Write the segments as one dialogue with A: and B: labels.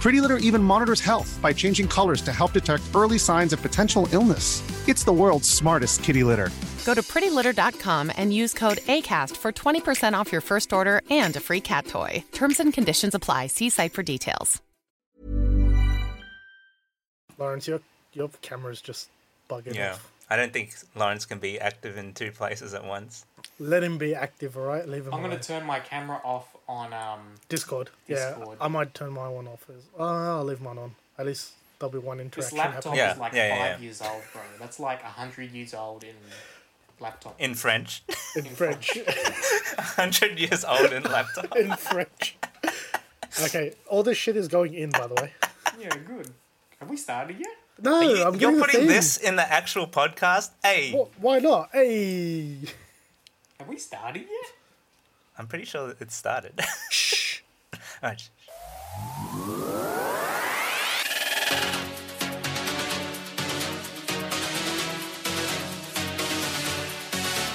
A: Pretty Litter even monitors health by changing colors to help detect early signs of potential illness. It's the world's smartest kitty litter.
B: Go to prettylitter.com and use code ACAST for 20% off your first order and a free cat toy. Terms and conditions apply. See site for details.
C: Lawrence, your your camera's just bugging
D: Yeah.
C: off.
D: I don't think Lawrence can be active in two places at once.
C: Let him be active, all right? Leave him.
E: I'm gonna
C: alone.
E: turn my camera off on um.
C: Discord.
E: Discord.
C: Yeah, I might turn my one off. As, uh, I'll leave mine on. At least there'll be one
E: This
C: interaction
E: laptop
C: happening.
D: Yeah,
E: is like
D: yeah, yeah,
E: five
D: yeah.
E: years old, bro. That's like hundred years old in laptop.
D: In French,
C: in French.
D: 100 years old in laptop.
C: in French. Okay, all this shit is going in, by the way.
E: yeah, good. Have we started yet?
C: No,
D: You-
C: I'm getting
D: You're
C: the
D: putting
C: theme.
D: this in the actual podcast? Hey,
C: Wh- Why not? Hey,
E: Have we started yet?
D: I'm pretty sure that it started. Alright.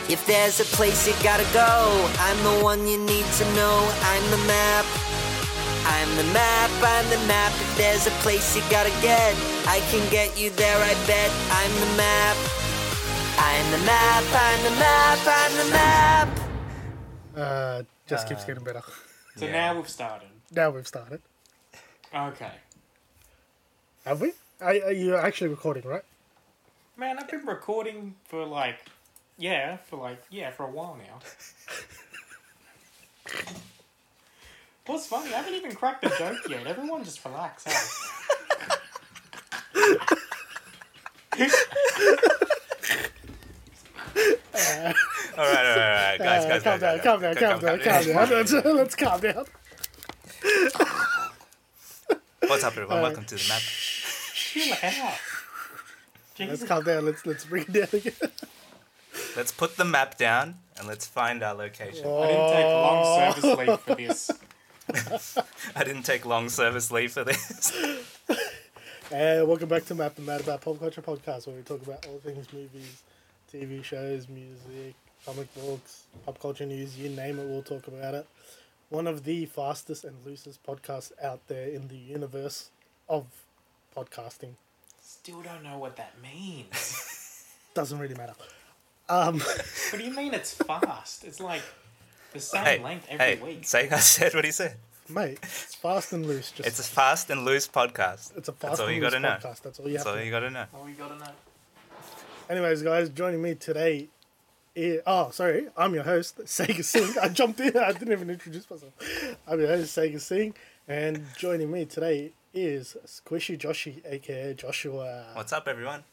F: If there's a place you gotta go, I'm the one you need to know. I'm the map. I'm the map, I'm the map. If there's a place you gotta get, I can get you there, I bet. I'm the map. I'm the map, I'm the map, I'm the map.
C: uh, just keeps getting better.
E: So now we've started.
C: Now we've started.
E: Okay.
C: Have we? Are, are you actually recording, right?
E: Man, I've been recording for like, yeah, for like, yeah, for a while now. What's funny? I haven't even cracked a joke yet. Everyone just relax, hey?
D: Alright, alright, alright. Guys, guys,
C: Uh, calm
D: guys,
C: down, calm
D: guys,
C: down, calm
D: guys,
C: down, calm down. Let's calm down.
D: What's up,
C: Uh,
D: everyone? Welcome to the map.
E: Chill out.
C: Let's
E: Jesus.
C: calm down. Let's let's bring it down again.
D: Let's put the map down and let's find our location.
E: I didn't take long service leave for this.
D: I didn't take long service leave for this.
C: Uh, welcome back to Map the Mad About Pop Culture Podcast, where we talk about all things movies, TV shows, music, comic books, pop culture news, you name it, we'll talk about it. One of the fastest and loosest podcasts out there in the universe of podcasting.
E: Still don't know what that means.
C: Doesn't really matter.
E: What do you mean it's fast? It's like the same
D: hey,
E: length every
D: hey,
E: week.
D: say, I said what he said.
C: Mate, it's fast and loose. Just
D: It's a fast and loose podcast.
C: It's a fast
D: That's all
C: and
D: you
C: loose
D: gotta know.
C: podcast, that's all you
D: That's
C: have
D: all
C: to
D: you gotta know.
E: Oh, we gotta know.
C: Anyways, guys, joining me today. Is, oh, sorry, I'm your host, Sega Singh. I jumped in, I didn't even introduce myself. I'm your host, Sega Singh, and joining me today is Squishy Joshy, aka Joshua,
D: What's up, everyone?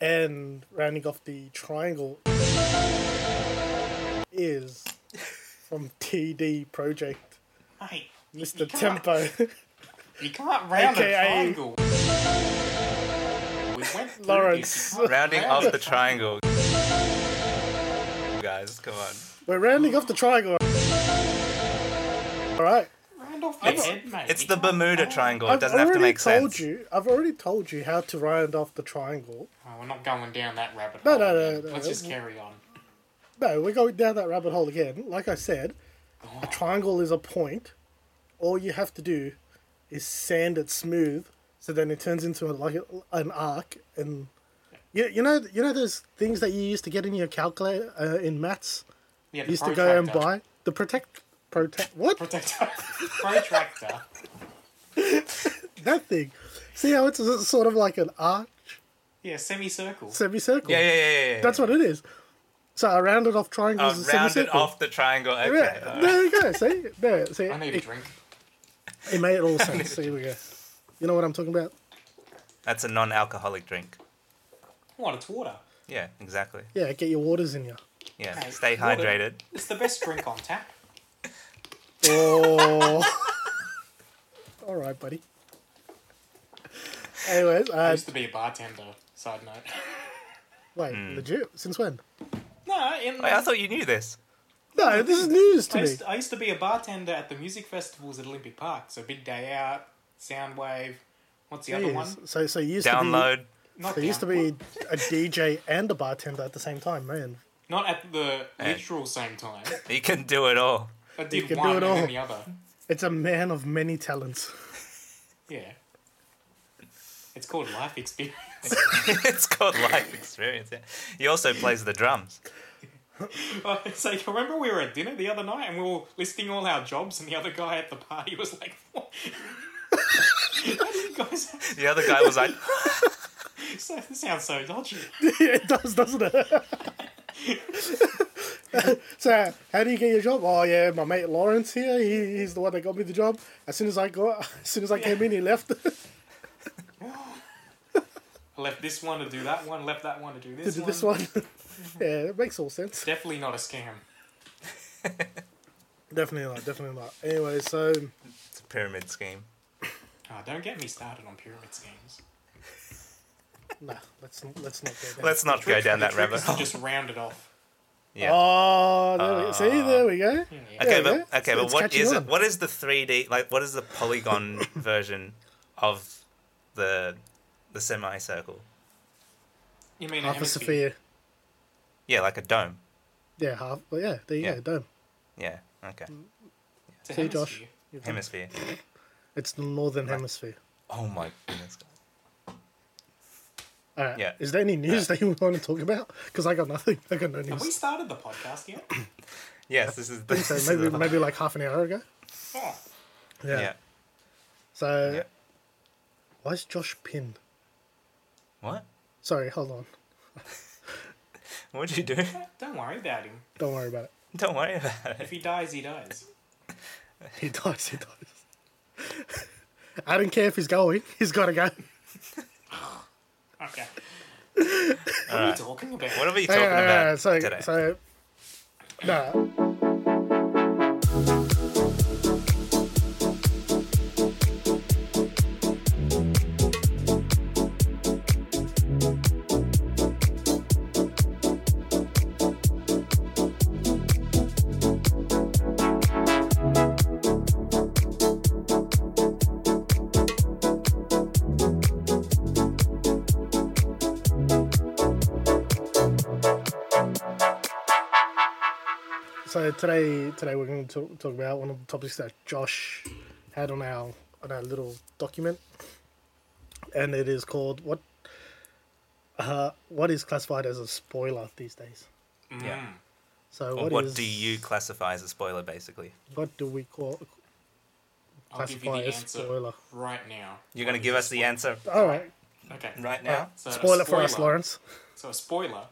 C: and rounding off the triangle is from TD Project,
E: Mate, you- you
C: Mr.
E: can't-
C: Tempo.
E: You can't round
C: AKA.
E: a triangle. We went through
C: Lawrence.
E: this. You can't
D: Rounding
E: round
D: off
E: a
D: the triangle. Guys, come on.
C: We're rounding off the triangle. All right.
E: Round off the head, mate.
D: It's
E: You
D: the
E: can't-
D: Bermuda Triangle. It
C: I've
D: doesn't have to
C: already
D: make
C: told
D: sense.
C: you. I've already told you how to round off the triangle.
E: Oh, we're not going down that rabbit
C: No,
E: hole.
C: no, no,
E: again.
C: no,
E: Let's
C: no.
E: just carry on.
C: No, we're going down that rabbit hole again. Like I said, a triangle is a point. All you have to do is sand it smooth, so then it turns into a, like a, an arc. And you, you know, you know those things that you used to get in your calculator uh, in maths.
E: Yeah, the
C: You used to go and
E: protractor.
C: buy the protect protect what
E: Protector. protractor.
C: nothing. See how it's a- sort of like an arch
E: Yeah, semicircle.
C: semicircle.
D: Yeah, yeah, yeah, yeah. yeah.
C: That's what it is. So I rounded off
D: Oh,
C: triangles as a
D: rounded
C: semicircle.
D: off the triangle. Okay.
C: Yeah,
D: all right.
C: there you go. See, there, see,
E: I need a
C: it,
E: drink.
C: it made all sense. There we go. You know what I'm talking about?
D: That's a non-alcoholic drink.
E: What? It's water.
D: Yeah, exactly.
C: Yeah, get your waters in you.
D: Yeah,
E: Hey,
D: stay
E: water.
D: hydrated.
E: It's the best drink on tap.
C: Oh. all right, buddy. Anyways,
E: I
C: uh,
E: used to be a bartender. Side note.
C: wait, legit? Since when?
E: no, in,
D: Wait, I thought you knew this.
C: No, this is news
E: I
C: to me.
E: used, I used to be a bartender at the music festivals at Olympic Park. So Big Day Out, Soundwave. What's the other one?
C: Jeez. So, so you used to
D: Download.
C: be,
E: Not
C: so you used to
E: down-
C: be a DJ and a bartender at the same time, man.
E: Not at the literal same time.
D: You can do it all.
E: I did
C: can do
E: one
C: it
E: and
C: all.
E: then the other.
C: It's a man of many talents.
E: Yeah. It's called life experience.
D: it's called life experience. Yeah. He also plays the drums.
E: it's like, remember we were at dinner the other night and we were listing all our jobs, and the other guy at the party was like, what? How do you guys
D: The other guy was like,
E: so, this sounds so dodgy.
C: it does, doesn't it? so, how do you get your job? Oh yeah, my mate Lawrence here. He, he's the one that got me the job. As soon as I got, as soon as I came in, he left to
E: I left this one to do that one, left that one to do this,
C: do
E: one.
C: this one. yeah, it makes all sense.
E: Definitely not a scam.
C: Definitely not. Definitely not. Anyway, so
D: it's a pyramid scheme.
E: Ah, don't get me started on pyramid schemes.
C: nah, let's let's not go there.
D: Let's not go down that
E: Trick
D: rabbit
E: is to
D: hole.
E: just round it off.
D: Yeah.
C: Oh, there we, see, there we go.
D: Uh,
C: Yeah,
D: Okay, but okay,
C: it's-
D: but
C: it's
D: what
C: catching
D: is
C: on.
D: it? What is the three D like? What is the polygon version of the the semicircle?
E: You mean
C: Half
E: a
C: a
E: hemisphere?
C: sphere.
D: Yeah, like a dome.
C: Yeah, half. But yeah, there you
D: Yeah.
C: go. Dome.
D: Yeah. Okay.
C: Mm,
E: It's a
C: See, Josh?
E: hemisphere.
D: Hemisphere.
C: It's the northern hemisphere.
D: Oh my goodness.
C: All right.
D: Yeah.
C: Is there any news that you want to talk about? Because I got nothing. I got no
E: Have we
C: news.
E: started the podcast yet?
D: Yes, this is the.
C: So
D: this is
C: maybe
D: the-
C: maybe like half an hour ago.
E: Oh,
C: Yeah.
D: yeah.
C: So
D: Yeah.
C: why is Josh pinned?
D: What?
C: Sorry, hold on.
D: What'd you do?
E: don't worry about him.
C: Don't worry about it.
D: Don't worry about it.
E: If he dies, he dies.
C: He dies. He dies. I don't care if he's going. He's got to go.
E: Okay. what are we talking about?
D: What are we talking
C: Alright, alright,
D: about
C: alright, so,
D: today?
C: So, nah. So today, today we're going to talk, talk about one of the topics that Josh had on our on our little document, and it is called what uh, what is classified as a spoiler these days.
E: Hmm.
D: yeah.
C: So
D: Or
C: what
D: what
C: is-
D: do you classify as a spoiler, basically?
C: what do we call
E: I'll give you
C: classify
E: the
C: as
E: answer
C: spoiler.
E: right now.
D: You're going to give us the answer
C: All right,
E: Okay.
D: right now?
E: So a
C: spoiler for us, Lawrence.
E: So a spoiler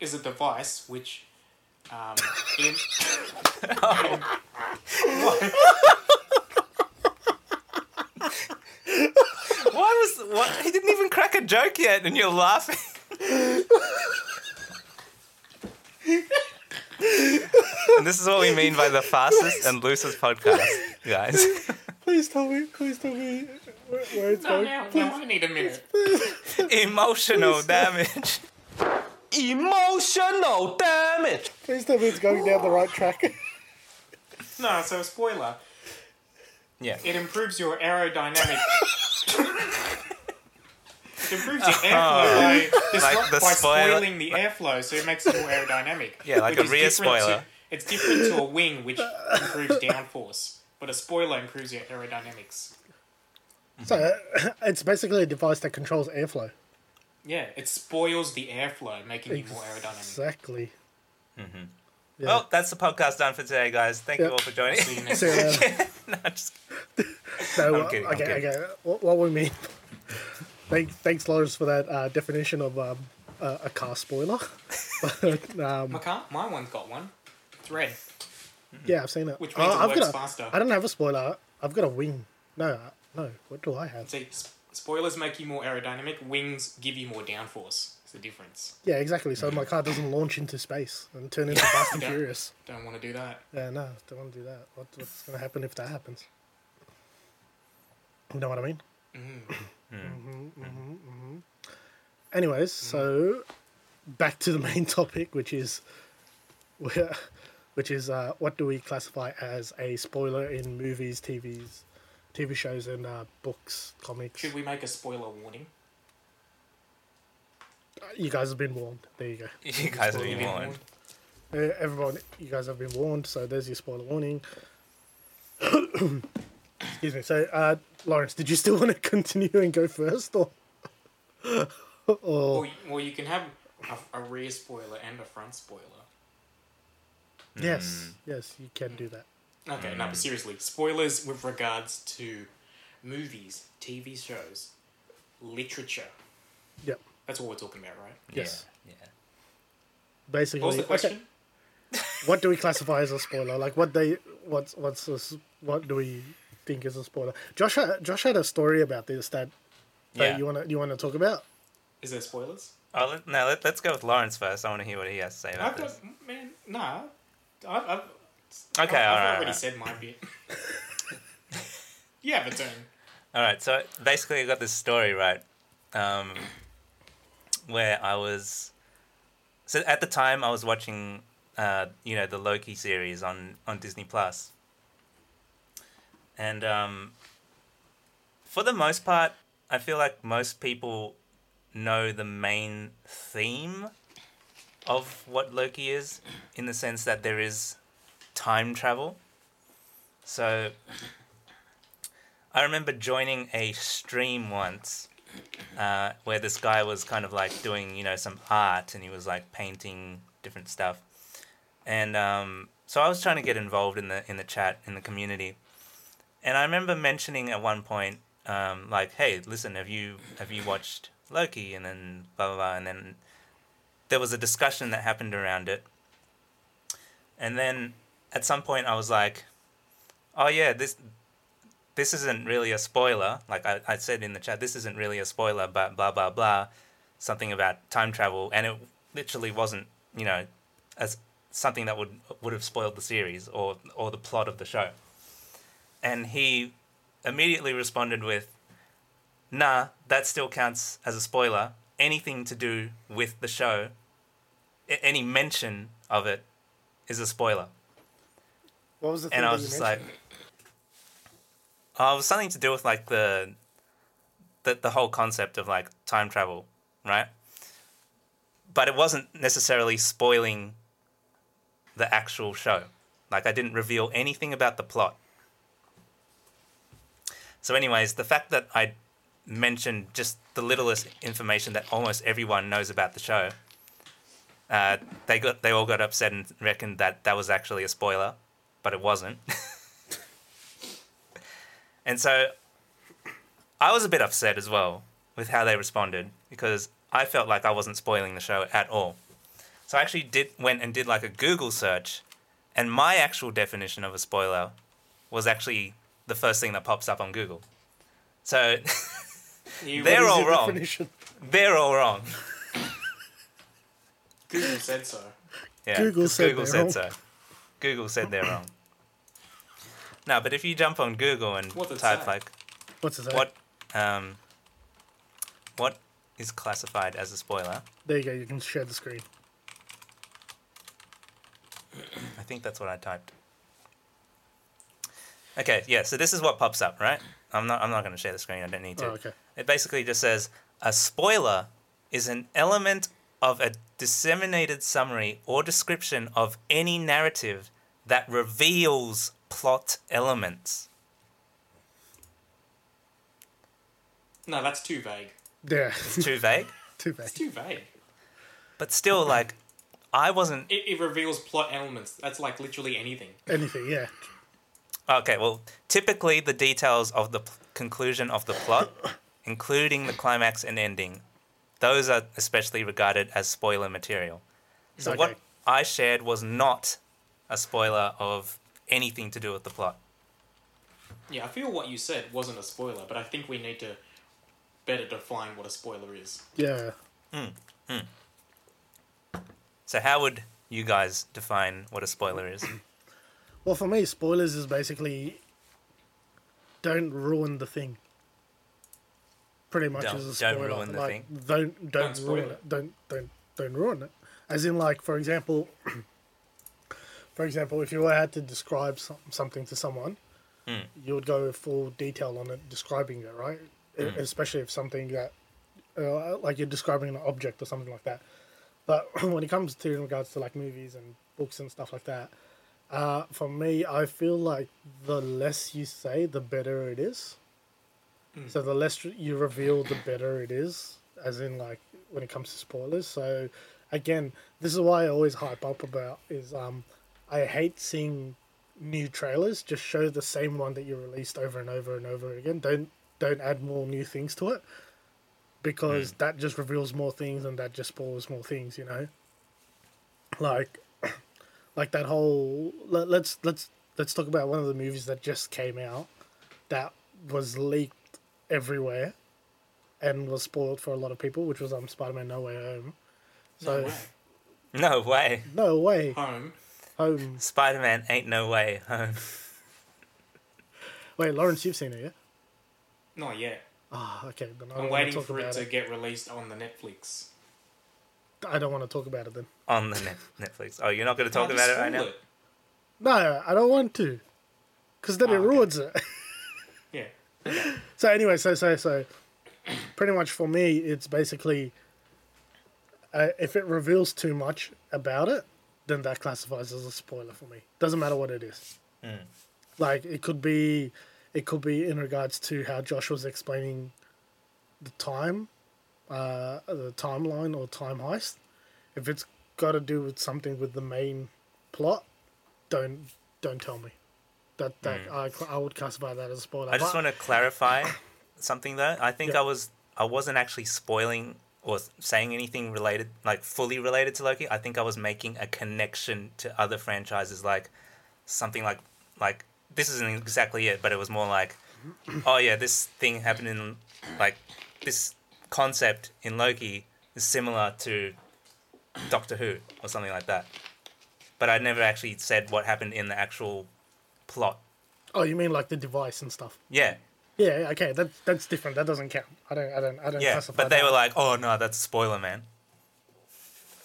E: is a device which, um, in,
D: Why was. What? He didn't even crack a joke yet, and you're laughing. and this is what we mean by the fastest and loosest podcast, guys.
C: Please tell me, please tell me where, where it's
E: no,
C: going.
E: no, Oh, no, I need a minute.
D: Emotional damage.
F: Emotional damage.
C: Please tell me it's going down the right track.
E: No, so a spoiler.
D: Yeah.
E: It improves your aerodynamic. it improves your airflow by, disrupt-
D: Uh-huh. the
E: by
D: spoiler-
E: spoiling the airflow, so it makes it more aerodynamic.
D: Yeah, like
E: which
D: a
E: is
D: rear
E: different to-
D: spoiler.
E: it's different to a wing, which improves downforce, but a spoiler improves your aerodynamics.
C: so it's basically a device that controls airflow.
E: Yeah, it spoils the airflow, making you more aerodynamic.
C: Exactly.
D: Well, that's the podcast done for today, guys. Thank you all for joining.
E: See you next
C: So, uh,
D: no, just
C: No, uh,
D: I'm kidding, I'm
C: okay,
D: kidding.
C: okay. What, what we mean? Thanks, thanks, Lawrence, for that uh, definition of um, a, a car spoiler. but, um,
E: My car, my one's got one. It's red.
C: yeah, I've seen it. Uh,
E: Which means it
C: I've
E: works
C: got a,
E: faster.
C: I don't have a spoiler. I've got a wing. No, uh, no. What do I have?
E: See, s- spoilers make you more aerodynamic. Wings give you more downforce. It's the difference.
C: Yeah, exactly. So my car doesn't launch into space and turn into Fast and
E: Yeah.
C: Furious.
E: Don't want to do that.
C: Yeah, no, don't want to do that. What, what's going to happen if that happens? You know what I mean? Mm-hmm. Mm-hmm. Mm-hmm. Anyways, so back to the main topic, which is where- which is uh, what do we classify as a spoiler in movies, TVs, TV shows, and uh, books, comics?
E: Should we make a spoiler warning?
C: You guys have been warned. There you go.
D: you guys are being warned.
C: Uh, everyone, you guys have been warned, so there's your spoiler warning. Excuse me. So, uh, Lawrence, did you still want to continue and go first, or
D: Oh.
E: Or, y- or you can have a, a rear spoiler and a front spoiler.
C: yes, yes, you can do that.
E: Okay, no,
D: Mm.
E: but seriously, spoilers with regards to movies, TV shows, literature.
C: Yep.
E: That's what we're talking about, right?
C: Yes.
D: Yeah.
C: Basically,
E: What was the question?
C: okay, what do we classify as a spoiler? Like, what they, what's, what's, a s what do we think is a spoiler? Josh, had, Josh had a story about this that, that
D: Yeah.
C: you wanna, you wanna talk about?
E: Is there spoilers?
D: Oh, let, no, let, let's go with Lawrence first. I want to hear what he has to say about
E: I've
D: this.
E: got, man, nah. I've, I've,
D: Okay, all
E: I've
D: right, all
E: already
D: right.
E: said my bit. you have a turn.
D: All right, so basically, I got this story right, um, where I was. So at the time, I was watching, uh, you know, the Loki series on on Disney Plus, and um, for the most part, I feel like most people know the main theme of what Loki is, in the sense that there is time travel. So I remember joining a stream once uh, where this guy was kind of like doing, you know, some art and he was like painting different stuff. And um, so I was trying to get involved in the in the chat in the community. And I remember mentioning at one point, um, like, "Hey, listen, have you have you watched Loki?" And then blah blah blah. And then there was a discussion that happened around it. And then at some point, I was like, "Oh yeah, this this isn't really a spoiler. Like I, I said in the chat, this isn't really a spoiler, but blah, blah, blah. Something about time travel. And it literally wasn't, you know, as something that would would have spoiled the series or, or the plot of the show. And he immediately responded with, nah, that still counts as a spoiler. Anything to do with the show, a- any mention of it is a spoiler
C: What was the thing
D: and I
C: that
D: was
C: you
D: just like,
C: mentioned?
D: oh, it was something to do with like the, the the whole concept of like time travel, right? But it wasn't necessarily spoiling the actual show. Like I didn't reveal anything about the plot. So, anyways, the fact that I mentioned just the littlest information that almost everyone knows about the show, uh, they got they all got upset and reckoned that that was actually a spoiler, but it wasn't. and so, I was a bit upset as well with how they responded because I felt like I wasn't spoiling the show at all. So I actually did went and did like a Google search, and my actual definition of a spoiler was actually the first thing that pops up on Google. So
E: You
D: they're
E: were-
D: all oh, wrong.
C: Definition.
D: They're all wrong.
E: Google said so.
D: Yeah,
C: Google
D: 'cause
C: said
D: Google
C: they're
D: said
C: wrong.
D: so. Google said they're wrong. No, but if you jump on Google and
E: What does it
D: type
E: say?
D: like
C: What's his name?
D: what um what is classified as a spoiler,
C: There you go. You can share the screen.
D: I think that's what I typed. Okay, yeah, so this is what pops up, right? I'm not I'm not gonna share the screen, I don't need to.
C: Oh, okay.
D: It basically just says a spoiler is an element of a disseminated summary or description of any narrative that reveals plot elements.
E: No, that's too vague.
C: Yeah,
D: Too vague,
C: too bad.
E: It's too vague.
D: but still, like, I wasn't.
E: It, it reveals plot elements. That's like literally anything.
C: Anything, yeah.
D: Okay, well, typically the details of the p- conclusion of the plot, including the climax and ending, those are especially regarded as spoiler material. So what
C: Okay.
D: I shared was not a spoiler of anything to do with the plot.
E: Yeah, I feel what you said wasn't a spoiler, but I think we need to better define what a spoiler is.
C: Yeah.
D: So how would you guys define what a spoiler is?
C: Well, for me, spoilers is basically don't ruin the thing. Pretty much
D: Don't-
C: as a
D: don't
C: spoiler.
D: ruin the
C: like, Don't don't,
E: Don't spoil
C: ruin
E: it.
C: it. Don't don't don't ruin it. As in, like for example, for example, if you had to describe some, something to someone,
E: Hmm.
C: you would go full detail on it, describing it, right? E-
E: Hmm.
C: Especially if something that, uh, like you're describing an object or something like that. But when it comes to in regards to like movies and books and stuff like that, uh, for me, I feel like the less you say, the better it is. So the less you reveal, the better it is. As in, like when it comes to spoilers. So again, this is why I always hype up about is um, I hate seeing new trailers. Just show the same one that you released over and over and over again. Don't don't add more new things to it because that just reveals more things and that just spoils more things. You know, like like that whole let, let's let's let's talk about one of the movies that just came out that was leaked everywhere and was spoiled for a lot of people which was um spider-man no way home so
E: No way.
D: No
C: no
D: way.
C: way
E: Home.
C: home
D: Spider-Man ain't no way home.
C: wait lawrence you've seen it yeah
E: Not yet.
C: ah okay then I don't
E: I'm
C: want to
E: waiting
C: talk
E: for it
C: about
E: to
C: it,
E: get released on the Netflix.
C: i don't want to talk about it then
D: On the net- Netflix. Oh, you're not going to talk
E: Can't
D: about it right
E: spoil
D: now?
C: no i don't want to because then
E: Ah,
C: it
E: okay.
C: ruins it
E: Yeah.
C: So anyway, so so so, pretty much for me, it's basically uh, if it reveals too much about it, then that classifies as a spoiler for me. Doesn't matter what it is.
D: Hmm.
C: Like it could be, it could be in regards to how Josh was explaining the time, uh, the timeline or time heist. If it's got to do with something with the main plot, don't don't tell me. That that I, cl- I would classify that as a spoiler.
D: Hmm. I just
C: But-
D: want to clarify something though. I think
C: Yeah.
D: I was I wasn't actually spoiling or s- saying anything related, like fully related to Loki. I think I was making a connection to other franchises, like something like like this isn't exactly it, but it was more like, oh yeah, this thing happened in like this concept in Loki is similar to Doctor Who or something like that. But I never actually said what happened in the actual plot.
C: Oh, you mean like the device and stuff?
D: Yeah,
C: Yeah, okay, that that's different. That doesn't count. I don't, I don't, I don't.
D: Yeah,
C: classify
D: but they
C: that.
D: were like, "Oh no, that's a spoiler, man."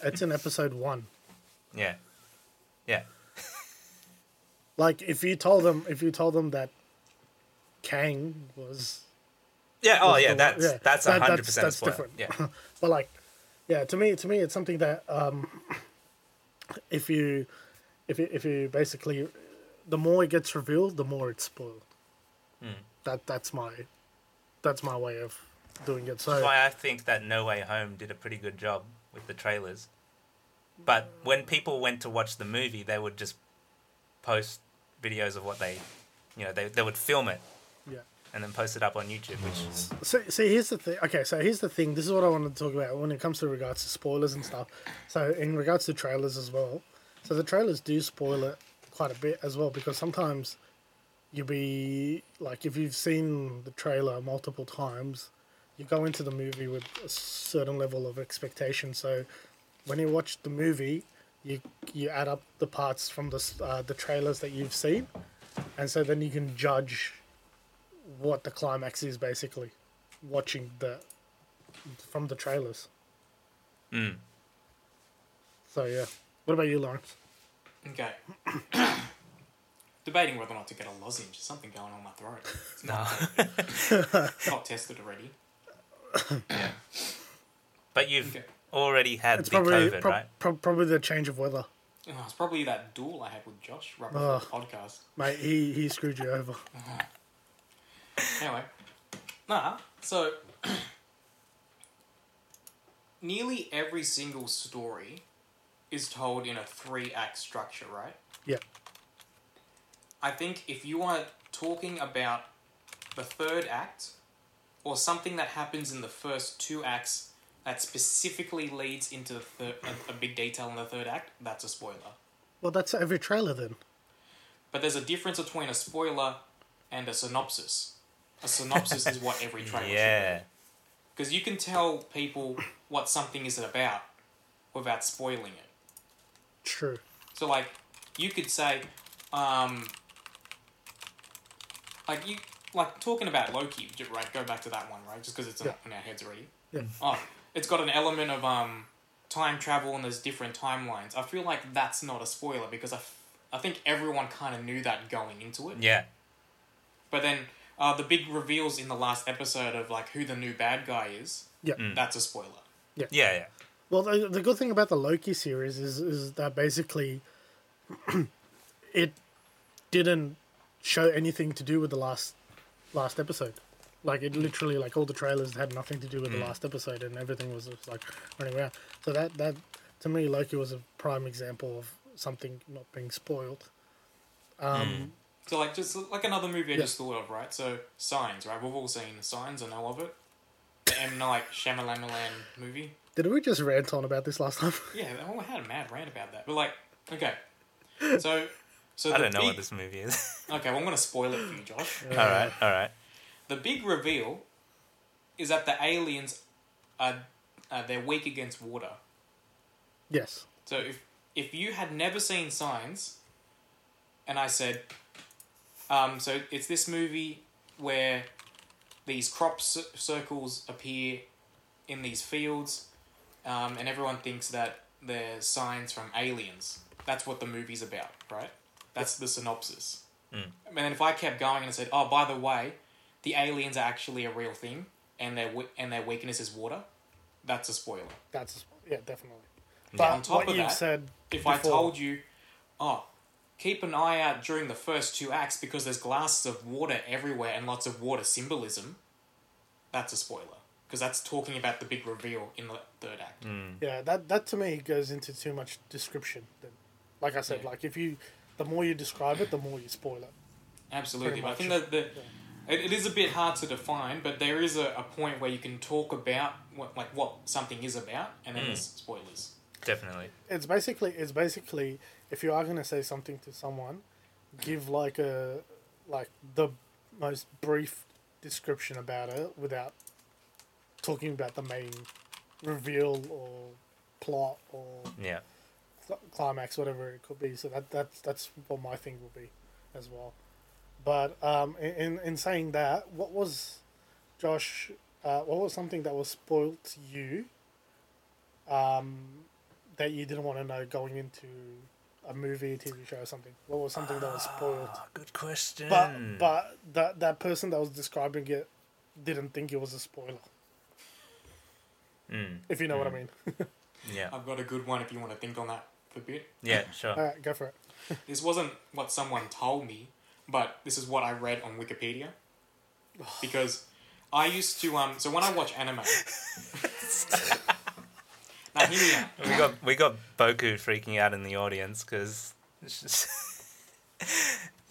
C: it's in episode one.
D: Yeah, yeah,
C: Like, if you told them, if you told them that Kang was,
D: yeah. Oh
C: Was
D: yeah,
C: the-
D: that's
C: yeah,
D: that's
C: that-
D: a
C: that's-
D: hundred percent a
C: that's
D: spoiler.
C: different.
D: Yeah,
C: but like, yeah, to me, to me, it's something that um, if you, if you, if you basically, the more it gets revealed, the more it's spoiled.
D: Hmm.
C: That that's my, that's my way of doing it. So
D: that's why I think that No Way Home did a pretty good job with the trailers. But when people went to watch the movie, they would just post videos of what they, you know, they they would film it
C: yeah.
D: and then post it up on YouTube, which is
C: So, so here's the thing. Okay, so here's the thing. This is what I wanted to talk about when it comes to regards to spoilers and stuff. So, in regards to trailers as well. So, the trailers do spoil it quite a bit as well because sometimes you'll be like, if you've seen the trailer multiple times, you go into the movie with a certain level of expectation. So, when you watch the movie, you you add up the parts from the s- uh, the trailers that you've seen, and so then you can judge what the climax is basically watching the from the trailers. Mm. So yeah. What about you, Lawrence?
E: Okay. Debating whether or not to get a lozenge. There's something going on in my throat. It's not, not tested already.
D: yeah. But you've
E: Okay.
D: already had
C: It's
D: the
C: probably
D: COVID,
C: prob-
D: right?
C: prob- probably the change of weather,
E: Oh, it's probably that duel I had with Josh right before the podcast.
C: mate. He he screwed you over.
E: Anyway. Nah, so nearly every single story is told in a three act structure, right?
C: Yeah.
E: I think if you are talking about the third act or something that happens in the first two acts that specifically leads into the third, a, a big detail in the third act, that's a spoiler.
C: Well, that's every trailer then.
E: But there's a difference between a spoiler and a synopsis. A synopsis is what every trailer should
D: Yeah.
E: be. Because you can tell people what something is about without spoiling it.
C: True.
E: So like, you could say, um, like you like talking about Loki, j- right? Go back to that one, right? Just because it's in,
C: Yeah.
E: in our heads already.
C: Yeah.
D: Mm.
E: Oh, it's got an element of um time travel and there's different timelines. I feel like that's not a spoiler because I, f- I think everyone kind of knew that going into it.
D: Yeah.
E: But then uh, the big reveals in the last episode of like who the new bad guy is.
C: Yeah.
D: Mm. Hmm.
E: That's a spoiler.
D: Yeah. Yeah.
C: Well, the, the good thing about the Loki series is is that basically it didn't show anything to do with the last last episode. Like it literally, like all the trailers had nothing to do
E: Mm.
C: with the last episode, and everything was just like running around. So that that to me, Loki was a prime example of something not being spoiled.
E: So like just like another movie I just thought of, right? So Signs, right? We've all seen Signs, I know of it. The M Night Shyamalan movie.
C: Did we just rant on about this last time?
E: Yeah, they all had a mad rant about that. But like, okay, so so
D: I
E: the
D: don't know
E: big,
D: what this movie is.
E: Okay, well, I'm gonna spoil it for you, Josh.
D: all right. All right.
E: The big reveal is that the aliens are uh, they're weak against water.
C: Yes.
E: So if if you had never seen Signs, and I said, um, so it's this movie where these crop cir- circles appear in these fields, um, and everyone thinks that they're signs from aliens. That's what the movie's about, right? That's the synopsis. And then if I kept going and I said, oh, by the way, the aliens are actually a real thing, and their we- and their weakness is water. That's a spoiler.
C: That's yeah, definitely. But
E: On top
C: what
E: of
C: you've
E: that,
C: said,
E: If I
C: before-
E: told you, oh, keep an eye out during the first two acts because there's glasses of water everywhere and lots of water symbolism, that's a spoiler. Because that's talking about the big reveal in the third act.
C: Mm. Yeah, that that to me goes into too much description. Then, like I said, like if you, the more you describe it, the more you spoil it. Pretty
E: Absolutely. But I think
C: much.
E: that the, it, it is a bit hard to define, but there is a, a point where you can talk about what, like what something is about, and
C: Mm.
E: then there's spoilers.
D: Definitely.
C: It's basically it's basically if you are gonna say something to someone, give like a like the most brief description about it without talking about the main reveal or plot or
D: Yeah.
C: cl- climax, whatever it could be. So that that's that's what my thing will be, as well. But um, in- in in saying that, what was, Josh, uh, what was something that was spoiled to you? Um, that you didn't want to know going into a movie, TV show, or something. What was something that was spoiled?
D: Good question.
C: But but that that person that was describing it didn't think it was a spoiler. If you know what I mean.
D: yeah.
E: I've got a good one if you want to think on that for a bit.
D: Yeah. Sure.
C: All right, go for it.
E: This wasn't what someone told me, but this is what I read on Wikipedia. Because I used to um so when I watch anime Now hear me out.
D: We got we got Boku freaking out in the audience because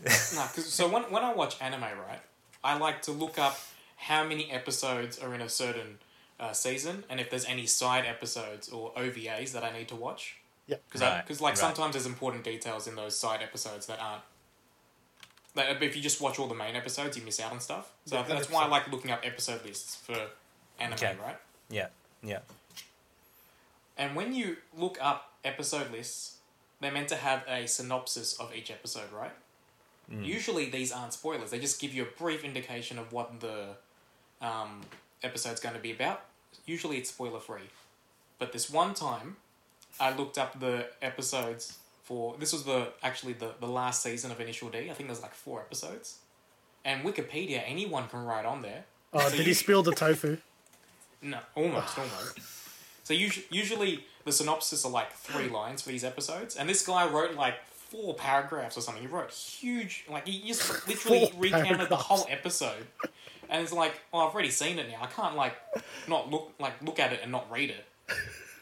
E: No, 'cause- so when when I watch anime, right, I like to look up how many episodes are in a certain uh, season and if there's any side episodes or OVAs that I need to watch.
C: Yeah.
E: Because
D: Right,
E: because like
D: right.
E: sometimes there's important details in those side episodes that aren't. That if you just watch all the main episodes, you miss out on stuff. So
C: Yeah,
E: that's why I like looking up episode lists for anime,
D: Okay.
E: right?
D: yeah yeah
E: And when you look up episode lists, they're meant to have a synopsis of each episode, right? Usually these aren't spoilers. They just give you a brief indication of what the um, episode's going to be about. Usually it's spoiler free. But this one time, I looked up the episodes for. This was the actually the, the last season of Initial D. I think there's like four episodes. And Wikipedia, anyone can write on there.
C: Oh, did he spill the tofu?
E: No, almost, almost. So usually, usually the synopsis are like three lines for these episodes, and this guy wrote like four paragraphs or something. He wrote huge, like he just literally
C: Four
E: recounted the
C: paragraphs.
E: whole episode, and it's like, oh, I've already seen it now. I can't like not look like look at it and not read it,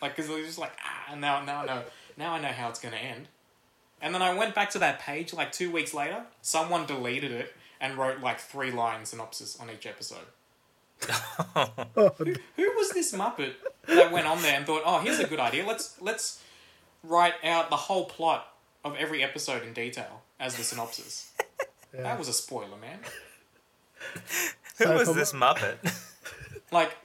E: like because it's just like ah, now now I know now I know how it's gonna end. And then I went back to that page like two weeks later. Someone deleted it and wrote like three line synopsis on each episode. who, who was this Muppet that went on there and thought, "Oh, here's a good idea. Let's let's write out the whole plot of every episode in detail as the synopsis." That was a spoiler, man.
D: Who was
C: for-
D: this Muppet?
E: Like,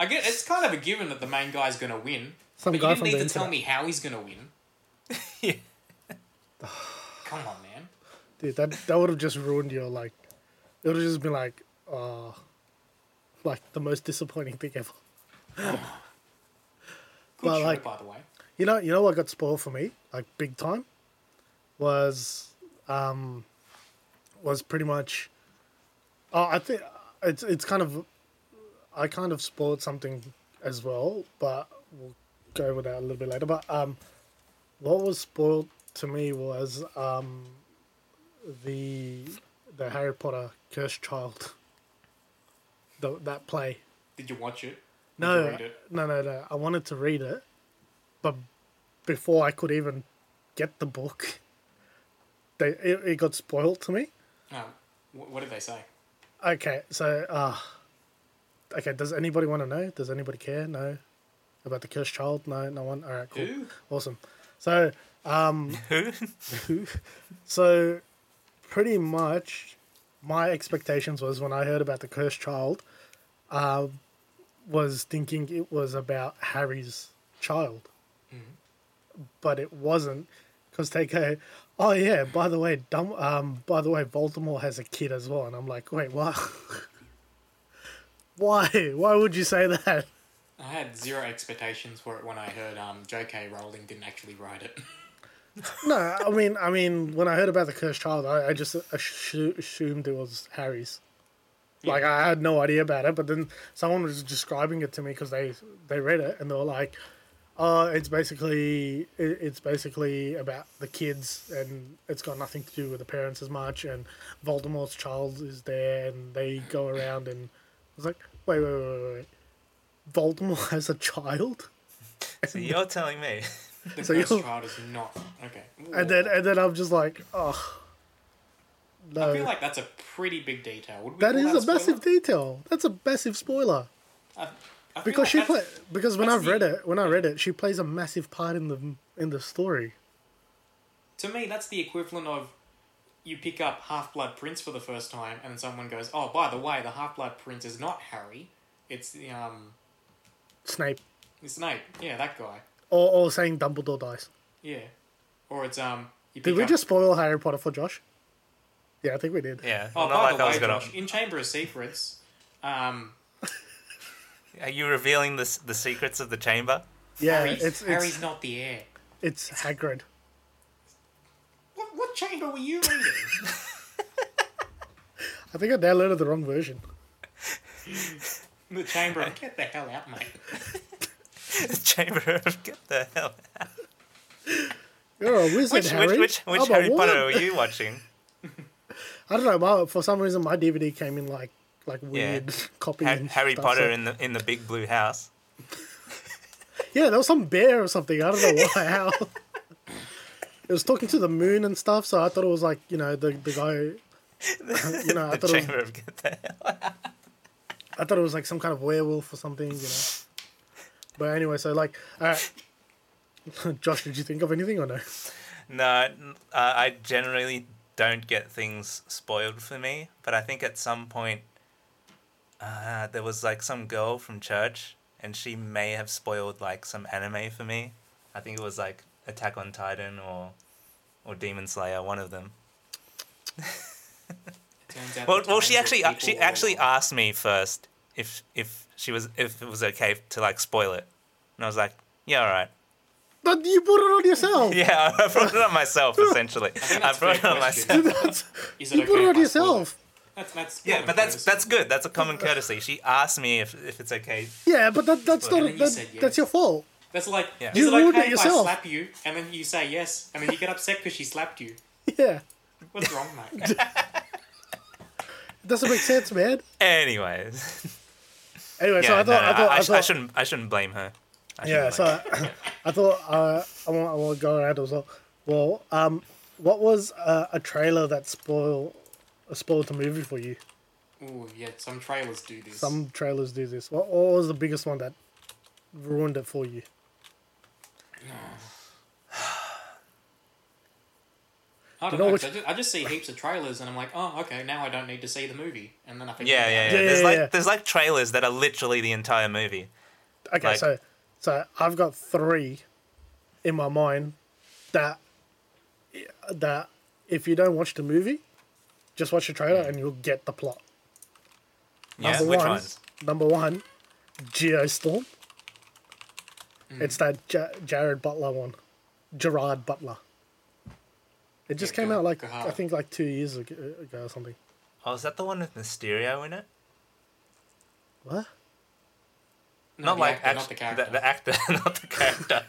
E: I get it's kind of a given that the main guy's gonna win.
C: Some
E: but
C: guy
E: you didn't
C: from
E: need
C: the
E: to
C: internet.
E: tell me how he's gonna win. Come on, man.
C: Dude, that that would have just ruined your like. It would have just been like, oh, like the most disappointing thing ever.
E: Good
C: Well,
E: show,
C: like-
E: by the way.
C: You know, you know what got spoiled for me, like big time, was, um, was pretty much. Oh, I think it's it's kind of, I kind of spoiled something as well, but we'll go with that a little bit later. But um, what was spoiled to me was um, the the Harry Potter Cursed Child. The, that play.
E: Did you watch it? Did
C: No,
E: you read it?
C: no, no, no. I wanted to read it, but before I could even get the book, they it, it got spoiled to me.
E: No. Wh- What did they say?
C: Okay, so uh okay. Does anybody want to know? Does anybody care? No, about the cursed child? No, no one. All right, cool,
E: Who?
C: awesome. So um,
D: Who?
C: so pretty much my expectations was when I heard about the cursed child, uh, was thinking it was about Harry's child, but it wasn't because they go, oh yeah, by the way, dumb, um, by the way, Baltimore has a kid as well, and I'm like, wait, what? Why? Why would you say that?
E: I had zero expectations for it when I heard um, J.K. Rowling didn't actually write it.
C: No, I mean, I mean, when I heard about the cursed child, I, I just assu- assumed it was Harry's. Like I had no idea about it, but then someone was describing it to me because they they read it and they were like, "Oh, it's basically it, it's basically about the kids and it's got nothing to do with the parents as much." And Voldemort's child is there, and they go around and I was like, "Wait, wait, wait, wait, wait. Voldemort has a child?"
D: So you're telling me
E: The
C: So
E: first
C: you're-
E: child is not okay.
C: And then and then I'm just like, "Oh, no."
E: I feel like that's a pretty big detail. Would we
C: uh, That
E: call
C: is a
E: spoiler?
C: massive detail. That's a massive spoiler.
E: I- I feel
C: Because
E: like
C: she play,
E: that's-
C: because when
E: that's
C: I've
E: the-
C: read it, when I read it, she plays a massive part in the in the story.
E: To me, that's the equivalent of you pick up Half Blood Prince for the first time, and someone goes, "Oh, by the way, the Half Blood Prince is not Harry. It's the um,
C: Snape,
E: it's Snape. Yeah, that guy.
C: or, or saying Dumbledore dies.
E: Yeah, or it's um. You
C: Did
E: pick
C: we
E: up-
C: just spoil Harry Potter for Josh? Yeah, I think we did.
D: Yeah.
E: Oh,
D: not
E: by
D: like
E: the
D: I was
E: way,
D: gonna.
E: Josh, in Chamber of Secrets, um,
D: Are you revealing the s- the secrets of the chamber?
C: Yeah,
E: Harry's,
C: it's
E: Harry's
C: it's
E: not the heir.
C: it's Hagrid.
E: What, what chamber were you reading?
C: I think I downloaded the wrong version.
E: the chamber. of- Get the hell out, mate.
D: The chamber of get the hell. out.
C: You're a wizard,
D: Which
C: Harry. Oh,
D: which which,
C: I'm
D: which
C: a
D: Harry Potter are
C: woman.
D: you watching?
C: I don't know. My, for some reason, my DVD came in like like weird copy.
D: Ha-
C: and
D: Harry
C: stuff,
D: Potter
C: so-
D: in the in the big blue house.
C: Yeah, there was some bear or something. I don't know why. How it was talking to the moon and stuff, so I thought it was like you know the the guy. You know, I
D: The
C: thought it
D: chamber
C: was,
D: of get the hell.
C: I thought it was like some kind of werewolf or something. You know. But anyway, so like, all right. Josh, did you think of anything or no?
D: No, n- uh, I generally don't get things spoiled for me, but I think at some point uh, there was like some girl from church, and she may have spoiled like some anime for me. I think it was like Attack on Titan or or Demon Slayer, one of them.
E: Turns out
D: Well,
E: the
D: well, she
E: times
D: actually uh,
E: of
D: she
E: people are
D: actually
E: wrong.
D: asked me first if if she was if it was okay to like spoil it, and I was like, yeah, all right.
C: But you brought it on yourself.
D: Yeah, I brought it on myself essentially.
E: think
D: I
E: that's
D: brought
E: fair
D: it on
E: question.
D: myself.
E: Is
C: you
E: okay
C: put it
E: if I
C: on
E: spoil
C: yourself.
E: That's that's
D: Yeah,
E: common
D: but that's
E: courtesy.
D: that's good. That's a common courtesy. She asked me if, if it's okay.
C: Yeah, but that, that's
E: And
C: not
E: then you
C: that,
E: said yes.
C: that's your fault.
E: that's like
D: Yeah.
E: is
C: You
E: it okay
C: ruined it
E: if
C: yourself.
E: I slap you and then you say yes and then you get upset because she slapped you?
C: Yeah,
E: What's wrong, mate?
C: it doesn't make sense, man.
D: Anyways,
C: Anyway,
D: yeah,
C: so I thought,
D: no, no,
C: I thought,
D: I,
C: I
D: I, sh- I
C: thought
D: shouldn't I shouldn't blame her. I
C: Yeah,
D: shouldn't
C: so
D: blame her.
C: uh, I, I thought uh, I want I want to go around as well. Well, um, what was uh, a trailer that spoil uh, spoiled the movie for you?
E: Ooh, yeah, some trailers do this.
C: Some trailers do this. What, what was the biggest one that ruined it for you?
E: I don't
C: you know
E: know.
C: which-
E: 'cause I, just, I just see heaps of trailers and I'm like, oh, okay, now I don't need to see the movie. And then I think,
D: Yeah,
E: about
D: yeah,
E: it.
D: yeah. There's
C: yeah,
D: like
C: yeah.
D: there's like trailers that are literally the entire movie.
C: Okay,
D: Like-
C: so so I've got three in my mind that that if you don't watch the movie, just watch the trailer and you'll get the plot.
D: Hmm. Yeah,
C: number
D: which
C: one,
D: ones?
C: Number one, Geostorm.
D: Hmm.
C: It's that Ja Jared Butler one, Gerard Butler. It just
E: Yeah,
C: came
E: Ge-
C: out like I
E: Gerard.
C: think like two years ago, ago or something.
D: Oh, is that the one with Mysterio in it?
C: What?
E: No,
D: not
E: the
D: like
E: actor,
D: act-
E: not the character.
D: The, actor, not the character.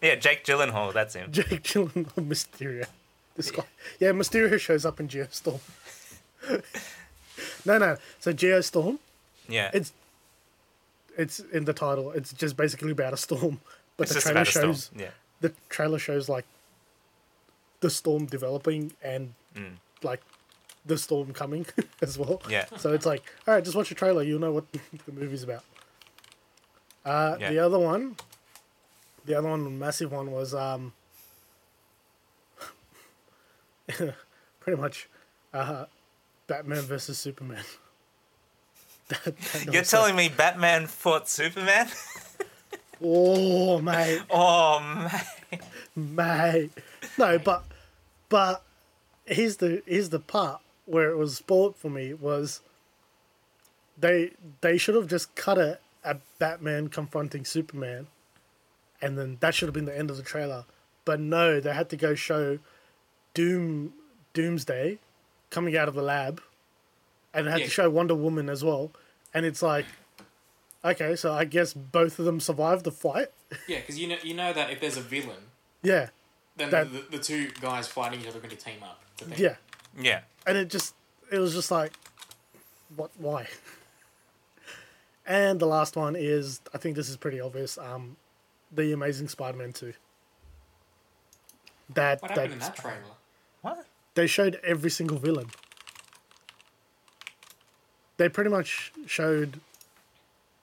D: yeah, Jake Gyllenhaal. That's him.
C: Jake Gyllenhaal, Mysterio. This guy. Yeah, Mysterio shows up in Geostorm. no, no. So Geostorm,
D: Yeah,
C: it's it's in the title. It's just basically about a storm, but
D: It's
C: the
D: just
C: trailer
D: about a storm,
C: shows
D: yeah.
C: the trailer shows like the storm developing and like the storm coming as well.
D: Mm. Yeah.
C: So it's like, all right, just watch the trailer. You'll know what the movie's about. Uh,
D: Yeah.
C: The other one, the other one, massive one was um, pretty much uh, Batman versus Superman. That- that
D: You're
C: was like,
D: telling me Batman fought Superman?
C: oh mate,
D: oh man.
C: mate. No, but but here's the here's the part where it was spoiled for me was they they should have just cut it at Batman confronting Superman, and then that should have been the end of the trailer. But no, they had to go show Doom Doomsday coming out of the lab, and they had
E: Yeah.
C: to show Wonder Woman as well. And it's like, okay, so I guess both of them survived the fight.
E: Yeah, because you know, you know that if there's a villain,
C: Yeah,
E: then
C: That-
E: the, the two guys fighting each other are going to team up. It's a thing.
C: yeah.
D: Yeah.
C: and it just it was just like what why and the last one is i think this is pretty obvious um the amazing spider-man 2 that,
E: What happened in that
C: that
E: trailer?
D: What?
C: they showed every single villain they pretty much showed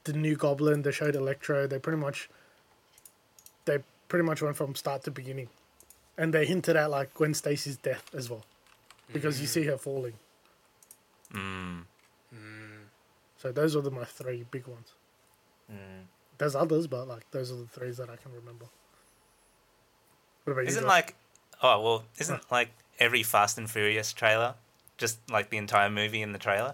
C: the new goblin they showed electro they pretty much they pretty much went from start to beginning and they hinted at like gwen stacy's death as well because you see her falling so those are the, my three big ones there's others but like those are the threes that i can remember what about you
D: Isn't
C: Josh?
D: like oh well, isn't like every Fast and Furious trailer just like the entire movie in the trailer?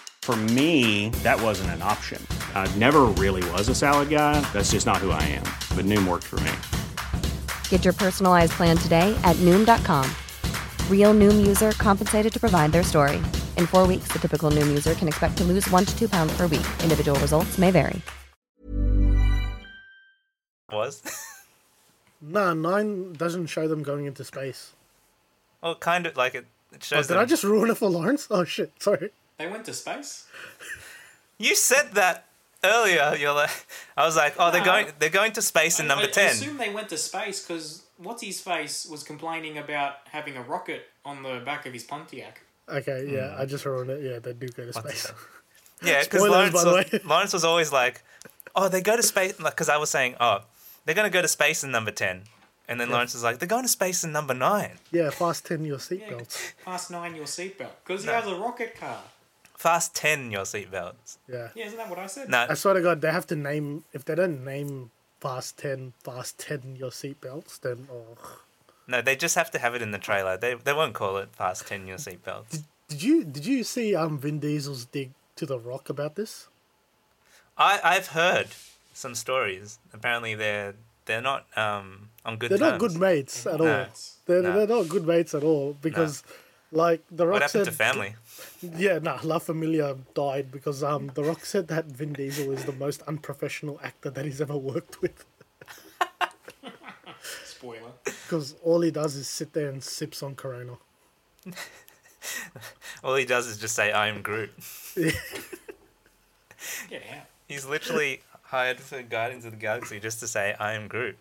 G: For me, that wasn't an option. I never really was a salad guy. That's just not who I am. But Noom worked for me.
H: Get your personalized plan today at Noom.com. Real Noom user compensated to provide their story. In four weeks, the typical Noom user can expect to lose one to two pounds per week. Individual results may vary.
D: was.
C: Nah, nine doesn't show them going into space.
D: well, kind of like it, it
C: Oh,
D: shows.
C: did I
D: them-
C: just ruin it for Lawrence? Oh shit, sorry.
E: They went to space.
D: You said that earlier. You're like, I was like, oh, they're
E: No.
D: going, they're going to space in number
E: I, I
D: ten.
E: assume they went to space because what's his face was complaining about having a rocket on the back of his Pontiac.
C: Okay, yeah,
D: Hmm.
C: I just ruined it. Yeah, they do go to space.
D: Yeah, because
C: Spoilers,
D: Lawrence,
C: by the
D: was- Lawrence was always like, "Oh, they go to space." Because I was saying, "Oh, they're going to go to space in number 10. and then Lawrence was like, "They're going to space in number 9.
C: yeah, fasten your seatbelts.
E: Past nine, your seatbelt because
D: No.
E: he has a rocket car.
D: Fast ten, your seatbelts."
C: Yeah.
E: Yeah, isn't that what I said?
D: No,
C: I swear to God, they have to name if they don't name fast ten, fast ten your seatbelts, then oh.
D: no, they just have to have it in the trailer. They they won't call it fast ten, your seatbelts.
C: Did you did you see um Vin Diesel's dig to the Rock about this?
D: I I've heard some stories. Apparently, they're they're not um on good.
C: they're
D: terms.
C: not good mates at all.
D: No.
C: They're,
D: No.
C: they're not good mates at all because, like, the Rock
D: What happened
C: said,
D: to family?
C: Yeah, nah, La Familia died because um, The Rock said that Vin Diesel is the most unprofessional actor that he's ever worked with.
E: Spoiler.
C: Because all he does is sit there and sips on Corona.
D: All he does is just say, "I am Groot."
E: Get out.
D: He's literally hired for Guardians of the Galaxy just to say, "I am Groot."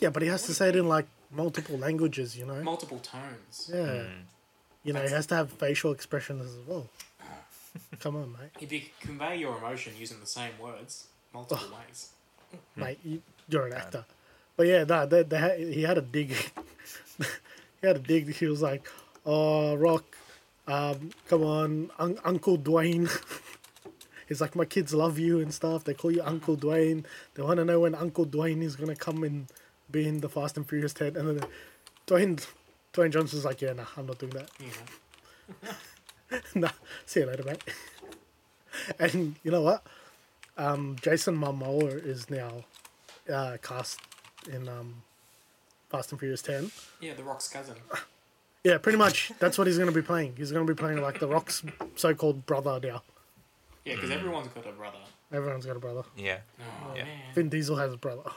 C: Yeah, but he has to say it in like multiple languages, you know.
E: Multiple tones.
C: Yeah, you know, he has to have facial expressions as well. Come on, mate.
E: If you convey your emotion using the same words multiple ways.
C: mate, you, you're an actor. But yeah, no, they, they had, he had a dig. he had a dig. He was like, "Oh, Rock, um, come on, un- Uncle Dwayne." He's like, "My kids love you and stuff. They call you Uncle Dwayne. They want to know when Uncle Dwayne is gonna come and be in the Fast and Furious 10." And then Dwayne, Dwayne Johnson's like, "Yeah, nah, I'm not doing that.
E: You know.
C: nah, see you later, mate." and you know what? Um, Jason Momoa is now uh, cast in um, Fast and Furious 10.
E: Yeah, The Rock's cousin.
C: Yeah, pretty much. That's what he's going to be playing. He's going to be playing like The Rock's so called brother now.
E: Yeah, because everyone's got a brother.
C: Everyone's got a brother.
D: Yeah.
E: Oh,
D: Yeah.
E: man.
C: Vin Diesel has a brother. Oh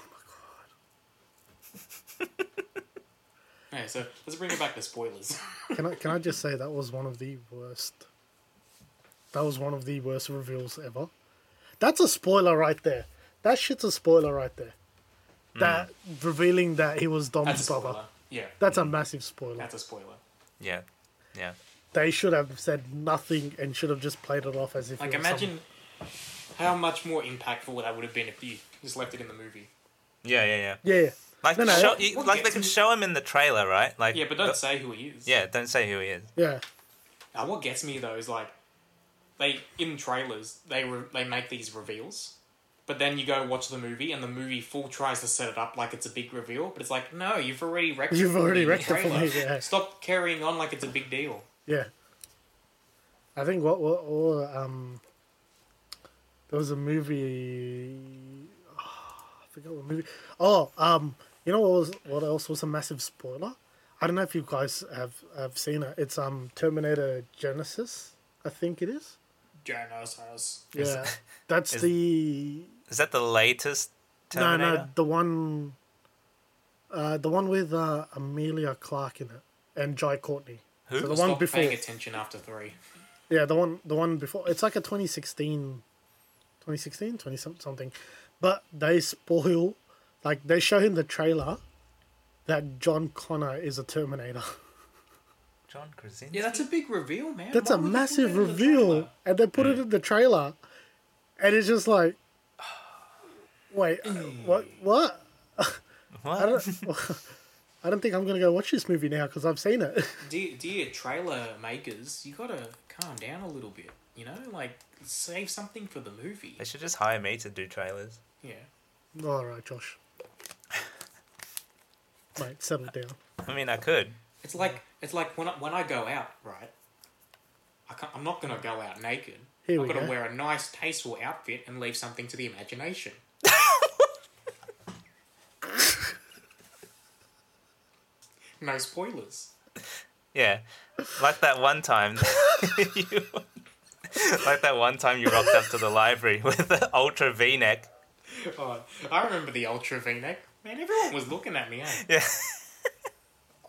E: Yeah, so let's bring it back to spoilers.
C: my- Can I, can I just say that was one of the worst? That was one of the worst reveals ever. That's a spoiler right there. That shit's a spoiler right there. That revealing that he was Dom's
E: Hmm. That's a
C: brother.
E: spoiler. Yeah,
C: That's a massive spoiler.
E: that's a spoiler.
D: Yeah. Yeah.
C: they should have said nothing and should have just played it off as if. it
E: Like,
C: was
E: imagine how much more impactful that would have been if you just left it in the movie.
D: Yeah, yeah, yeah.
C: some- Yeah, yeah.
D: Like,
C: No, no,
D: show,
C: that-
D: you,
E: we'll
D: like
E: get
D: they can
E: to-
D: show him in the trailer, right? Like,
E: Yeah, but don't
D: the-
E: say who he is.
D: Yeah, don't say who he is.
C: yeah.
E: Now, what gets me though is like, they in trailers they re- they make these reveals, but then you go watch the movie and the movie full tries to set it up like it's a big reveal, but it's like no, you've already wrecked. it
C: You've
E: for me
C: already
E: in the
C: wrecked it for
E: trailer.
C: me, yeah.
E: Stop carrying on like it's a big deal.
C: Yeah. I think what what all um there was a movie ah, I forgot what movie Oh, um you know what was what else was a massive spoiler? I don't know if you guys have have seen it. It's um Terminator Genesis, I think it is.
E: Genesis.
C: Yeah. That's the
D: Is that the latest Terminator?
C: No, no, the one uh the one with uh Amelia Clark in it and Jai Courtney.
D: Who?
C: So the
E: Stop
C: one before
E: paying attention after three.
C: Yeah, the one the one before it's like a 2016 2016 20 some- something. But they spoil like they show in the trailer that John Connor is a Terminator.
D: John Krasinski.
E: Yeah, that's a big reveal, man.
C: That's
E: Why
C: a
E: would you put
C: massive
E: that in the
C: reveal
E: trailer?
C: and they put it in the trailer and it's just like Wait, uh, what what?
D: What?
C: I don't I don't think I'm going to go watch this movie now cuz I've seen it.
E: Dear, dear trailer makers, you gotta calm down a little bit. You know, like save something for the movie.
D: They should just hire me to do trailers.
E: Yeah.
C: All right, Josh. Mate, settle down.
D: I mean, I could.
E: It's like it's like when I, when I go out, right? I can't, I'm not gonna go out naked,
C: Here
E: I've
C: we
E: got
C: go.
E: to wear a nice, tasteful outfit and leave something to the imagination. no spoilers.
D: Yeah, like that one time. you- like that one time you rocked up to the library with the ultra V-neck.
E: Oh, I remember the ultra V-neck. Man, everyone was looking at me. Eh?
D: Yeah.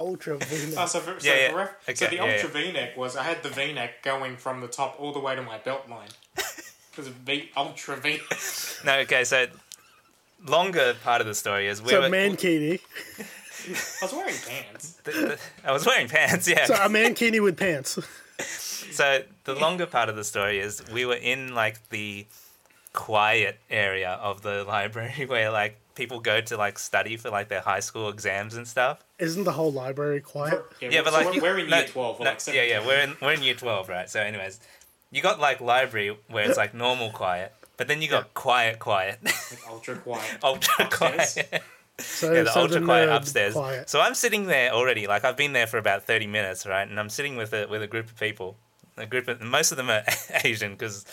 C: Ultra V.
E: Oh, so, for, so,
D: Yeah, yeah.
E: For ref- so
D: Okay,
E: the
D: yeah, yeah.
E: ultra V-neck was I had the V-neck going from the top all the way to my belt line. It was a V ultra V.
D: No, okay, so longer part of the story is we
C: So
D: were.
C: mankini.
E: I was wearing pants.
D: th- th- I was wearing pants. Yeah.
C: So a mankini with pants.
D: So the longer part of the story is we were in like the quiet area of the library where like people go to like study for like their high school exams and stuff.
C: Isn't the whole library quiet?
D: Yeah, but like
E: we're,
D: you-
E: we're in
D: no,
E: year twelve. We're
D: no,
E: like
D: yeah,
E: 17.
D: yeah, we're in we're in year twelve, right? So, anyways, you got like library where it's like normal quiet, but then you got quiet, quiet,
E: Like ultra quiet.
D: ultra
E: Upstairs.
D: quiet.
C: So,
D: Yeah, the
C: so
D: ultra
C: the
D: quiet
C: nerd
D: upstairs.
C: Quiet.
D: So I'm sitting there already. Like I've been there for about thirty minutes, right? And I'm sitting with a with a group of people. A group of most of them are Asian because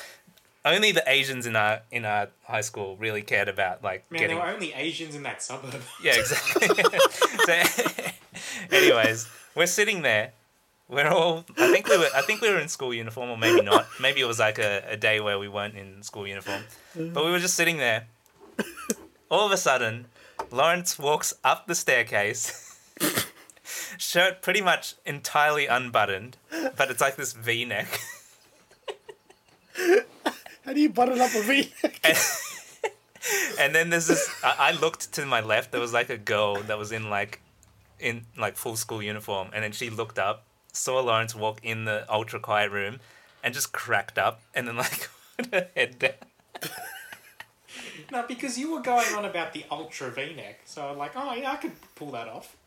D: only the Asians in our in our high school really cared about like
E: Man,
D: getting.
E: there were only Asians in that suburb.
D: Yeah, exactly. so, anyways, we're sitting there. We're all. I think we were. I think we were in school uniform, or maybe not. Maybe it was like a, a day where we weren't in school uniform, but we were just sitting there. All of a sudden, Lawrence walks up the staircase, shirt pretty much entirely unbuttoned, but it's like this V neck.
C: How do you button up a V?
D: and then there's this I, I looked to my left there was like a girl that was in like in like full school uniform and then she looked up saw lawrence walk in the ultra quiet room and just cracked up and then like put her head down
E: no, because you were going on about the ultra V-neck, so I'm like, oh yeah, I could pull that off.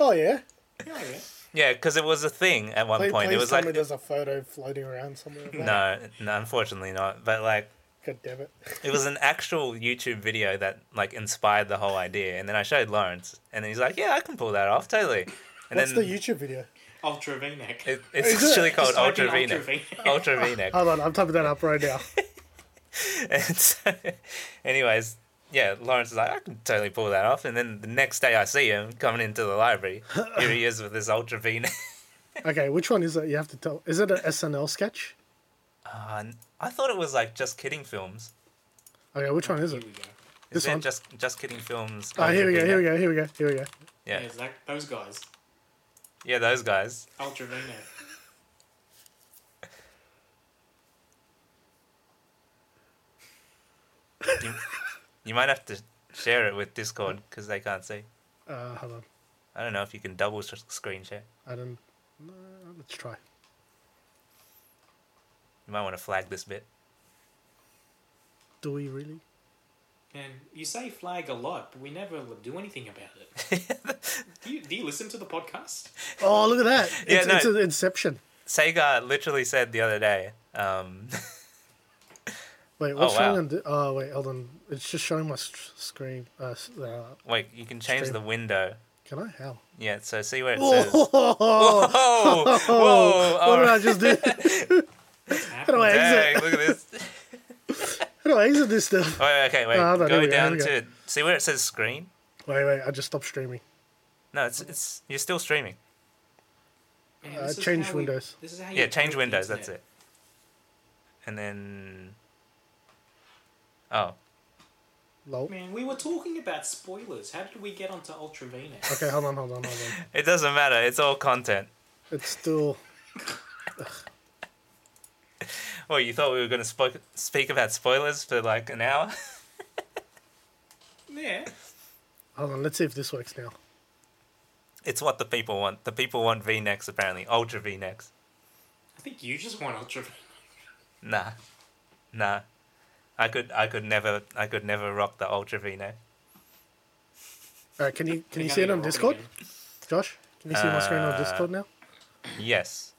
C: oh yeah.
E: Yeah, yeah.
D: yeah because it was a thing at one
C: Please,
D: point
C: please
D: it was
C: tell
D: like
C: me there's a photo floating around somewhere. of that.
D: no, no unfortunately not but like
C: God damn it.
D: it was an actual youtube video that like inspired the whole idea and then i showed lawrence and then he's like yeah i can pull that off totally and
C: What's
D: then
C: the YouTube video?
E: Ultra V-neck.
D: it, it's actually called
E: Just type in
D: ultra v-neck
E: Ultra V-neck.
D: ultra v-neck
C: Hold on, I'm typing that up right now.
D: And so, anyways, yeah, Lawrence is like, I can totally pull that off. And then the next day I see him coming into the library. Here he is with this ultra V.
C: Okay, which one is it? You have to tell. Is it an SNL sketch?
D: Uh, I thought it was like Just Kidding Films.
C: Okay, which one is
E: Here
C: it?
E: we go.
D: Is
C: This
D: it
C: one?
D: Just Just Kidding Films?
C: Oh, here we go,
D: ultra
C: here we
D: V-neck?
C: go, here we go, here we go.
E: Yeah,
D: Yeah,
E: it's like those guys.
D: yeah, those guys.
E: Ultra V-neck.
D: You might have to share it with Discord because they can't see.
C: Uh, hold on.
D: I don't know if you can double s- screen share.
C: I don't. No, let's try.
D: You might want to flag this bit.
C: Do we really?
E: Man, you say flag a lot, but we never do anything about it. do, you, do you listen to the podcast?
C: Oh, look at that. It's,
D: Yeah, no.
C: it's an inception.
D: Sega literally said the other day. Um,
C: Wait, what's
D: Oh, wow.
C: showing on? di- Oh, wait, hold on. It's just showing my s- screen. Uh, s- uh,
D: wait, you can change
C: Stream.
D: the window.
C: can I? How?
D: Yeah, so see where it says.
C: Oh,
D: Oh, whoa!
C: what
D: all
C: did I
D: right.
C: just do? How do I exit?
D: Dang, look at this.
C: How do I exit this stuff?
D: Oh, wait, okay, wait.
C: No, hold on, here
D: go
C: we go,
D: down
C: here we go.
D: to see where it says screen.
C: Wait, wait, I just stopped streaming.
D: No, it's it's you're still streaming.
E: Man,
C: Uh,
E: this is
C: change
E: how
C: windows.
E: this is how
D: Yeah,
E: you
D: change
E: break the
D: windows. That's
E: internet.
D: it. And then, oh,
C: Lol.
E: Man, we were talking about spoilers. How did we get onto Ultra V-neck?
C: Okay, hold on, hold on, hold on.
D: it doesn't matter. It's all content.
C: It's still.
D: Well, you thought we were going to spoke, speak about spoilers for like an hour?
E: yeah.
C: Hold on, let's see if this works now.
D: It's what the people want. The people want V necks apparently. Ultra V necks.
E: I think you just want Ultra V-neck.
D: Nah, nah. I could I could never I could never rock the ultra V neck.
C: All right, can you can you
E: I
C: see
E: need
C: it
E: to
C: on
E: rock
C: Discord,
E: again.
C: Josh? Can you see my screen
D: Uh,
C: on Discord now?
D: Yes.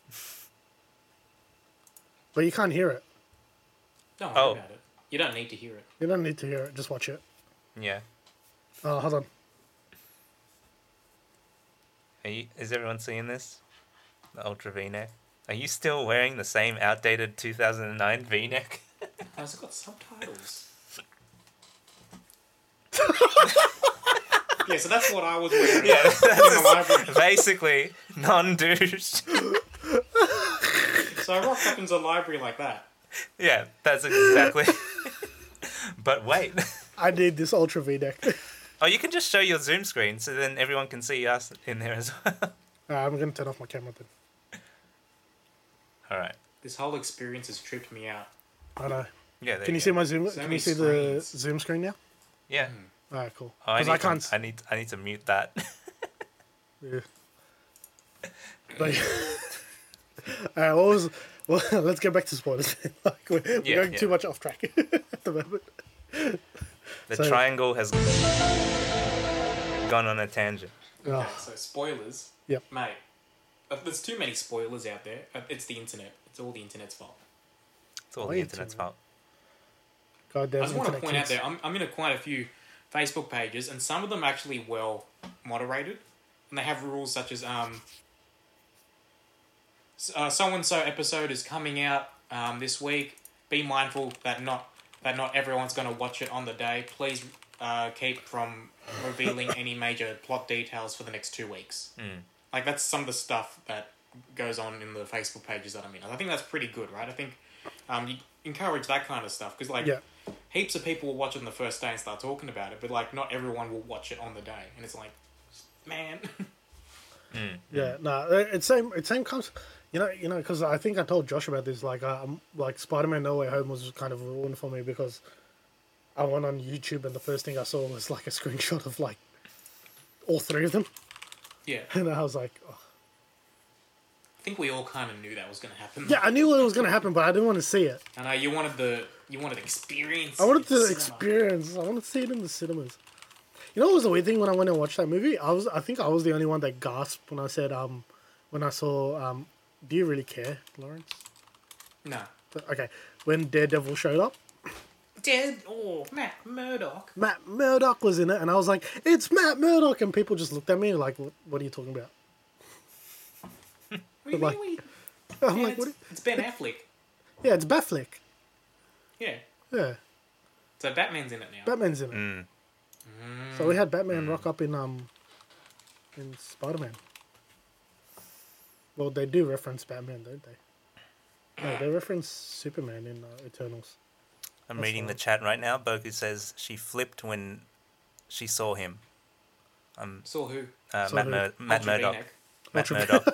C: But you can't hear it.
E: Don't worry
D: Oh.
E: about it. You don't need to hear it.
C: You don't need to hear it. Just watch it.
D: Yeah.
C: Oh, hold on.
D: Are you, is everyone seeing this? The ultra V neck. Are you still wearing the same outdated 2009 V-neck?
E: Has it Oh, got subtitles? yeah, so that's what I was wearing.
D: Yeah,
E: in the library.
D: basically non-douche.
E: So I rocked up into the library like that.
D: yeah, that's exactly. but wait,
C: I need this ultra V neck.
D: oh, you can just show your Zoom screen so then everyone can see us in there as well.
C: I'm gonna turn off my camera then.
D: All right.
E: This whole experience has tripped me out.
C: I know.
D: Yeah. There
C: Can you
D: you
C: see
D: go.
C: my zoom?
E: So
C: can
E: many
C: you see the zoom screen now?
D: Yeah.
C: Alright, cool.
D: Oh, I,
C: Because I
D: need
C: can't.
D: To, I need. I need to mute that.
C: Yeah. Like, Alright, what was? Well, let's get back to spoilers. then. like we're, we're
D: Yeah,
C: going
D: yeah.
C: too much off track at the moment.
D: The
C: So-
D: triangle has gone on a tangent.
E: Okay,
C: Oh.
E: so spoilers.
C: Yep.
E: Mate, uh, there's too many spoilers out there. Uh, It's the internet. It's all the internet's fault.
D: It's all
C: Why
D: the
C: you
D: internet's
C: doing that?
D: fault.
C: Goddamn.
E: I just want to
C: internet
E: point out
C: kids.
E: there, I'm, I'm in a quite a few Facebook pages, and some of them actually well moderated, and they have rules such as um, uh, so and so episode is coming out um, this week. Be mindful that not that not everyone's going to watch it on the day. Please uh, keep from revealing any major plot details for the next two weeks. Like that's some of the stuff that goes on in the Facebook pages that I'm in. I think that's pretty good, right? I think um, you encourage that kind of stuff because like
C: Yeah.
E: heaps of people will watch it on the first day and start talking about it, but like not everyone will watch it on the day, and it's like, man,
C: Yeah, no, it- it's same. It's same comes, you know, you know, because I think I told Josh about this. Like, um, like Spider Man No Way Home was kind of ruined for me because I went on YouTube and the first thing I saw was like a screenshot of like all three of them,
E: yeah. I
C: and I was like, oh.
E: think we all kind of knew that was going to happen.
C: yeah, I knew what was gonna happen, but I didn't want to see it.
E: and uh, you wanted the you wanted experience.
C: I wanted to
E: in cinema.
C: experience. I wanted to see it in the cinemas. You know what was the weird thing when I went and watched that movie? I was, I think I was the only one that gasped when I said, um, when I saw, um, do you really care, Lawrence?
E: No,
C: Okay, when Daredevil showed up.
E: dead or oh, Matt Murdock.
C: Matt Murdock was in it, and I was like, "It's Matt Murdock," and people just looked at me like, "What, what are you talking about?"
E: What do you
C: Like-
E: mean? we-
C: I'm
E: yeah,
C: like,
E: it's,
C: what? are-
E: it's Ben Affleck.
C: Yeah, it's Batfleck.
E: Yeah.
C: Yeah,
E: So Batman's in it now.
C: Batman's in it.
D: Mm.
C: So we had Batman rock up in um, in Spider Man. Well, they do reference Batman, don't they? No, they reference Superman in uh, Eternals.
D: I'm reading the chat right now. Boku says she flipped when she saw him.
E: Saw who?
D: Uh,
C: Saw
D: Matt,
C: who?
D: Mur- Matt
E: Ultra
D: Murdoch.
E: V-neck.
D: Matt
C: Ultra-
D: Murdoch.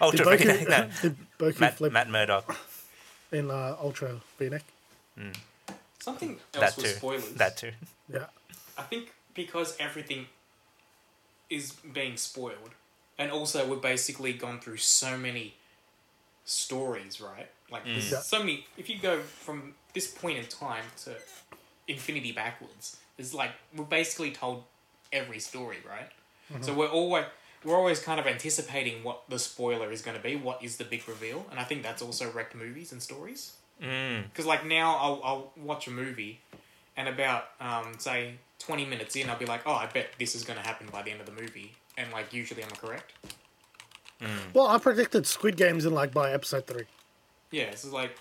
D: Ultra
C: Did
D: V-neck. No.
C: Boku, did Boku
D: Matt,
C: flip
D: Matt Murdoch.
C: in uh, Ultra V-neck?
E: Something else
D: That
E: was
D: too.
E: spoilers.
D: That too.
C: Yeah.
E: I think because everything is being spoiled, and also we've basically gone through so many stories, right? Like, there's
C: Yeah.
E: so many. If you go from this point in time to infinity backwards, there's like we're basically told every story, right? So we're always we're always kind of anticipating what the spoiler is going to be, what is the big reveal, and I think that's also wrecked movies and stories. Because like now I'll I'll watch a movie and about um, say 20 minutes in i'll be like oh i bet this is going to happen by the end of the movie and like usually i'm correct
C: Well, I predicted Squid Games in like by episode three.
E: yeah so like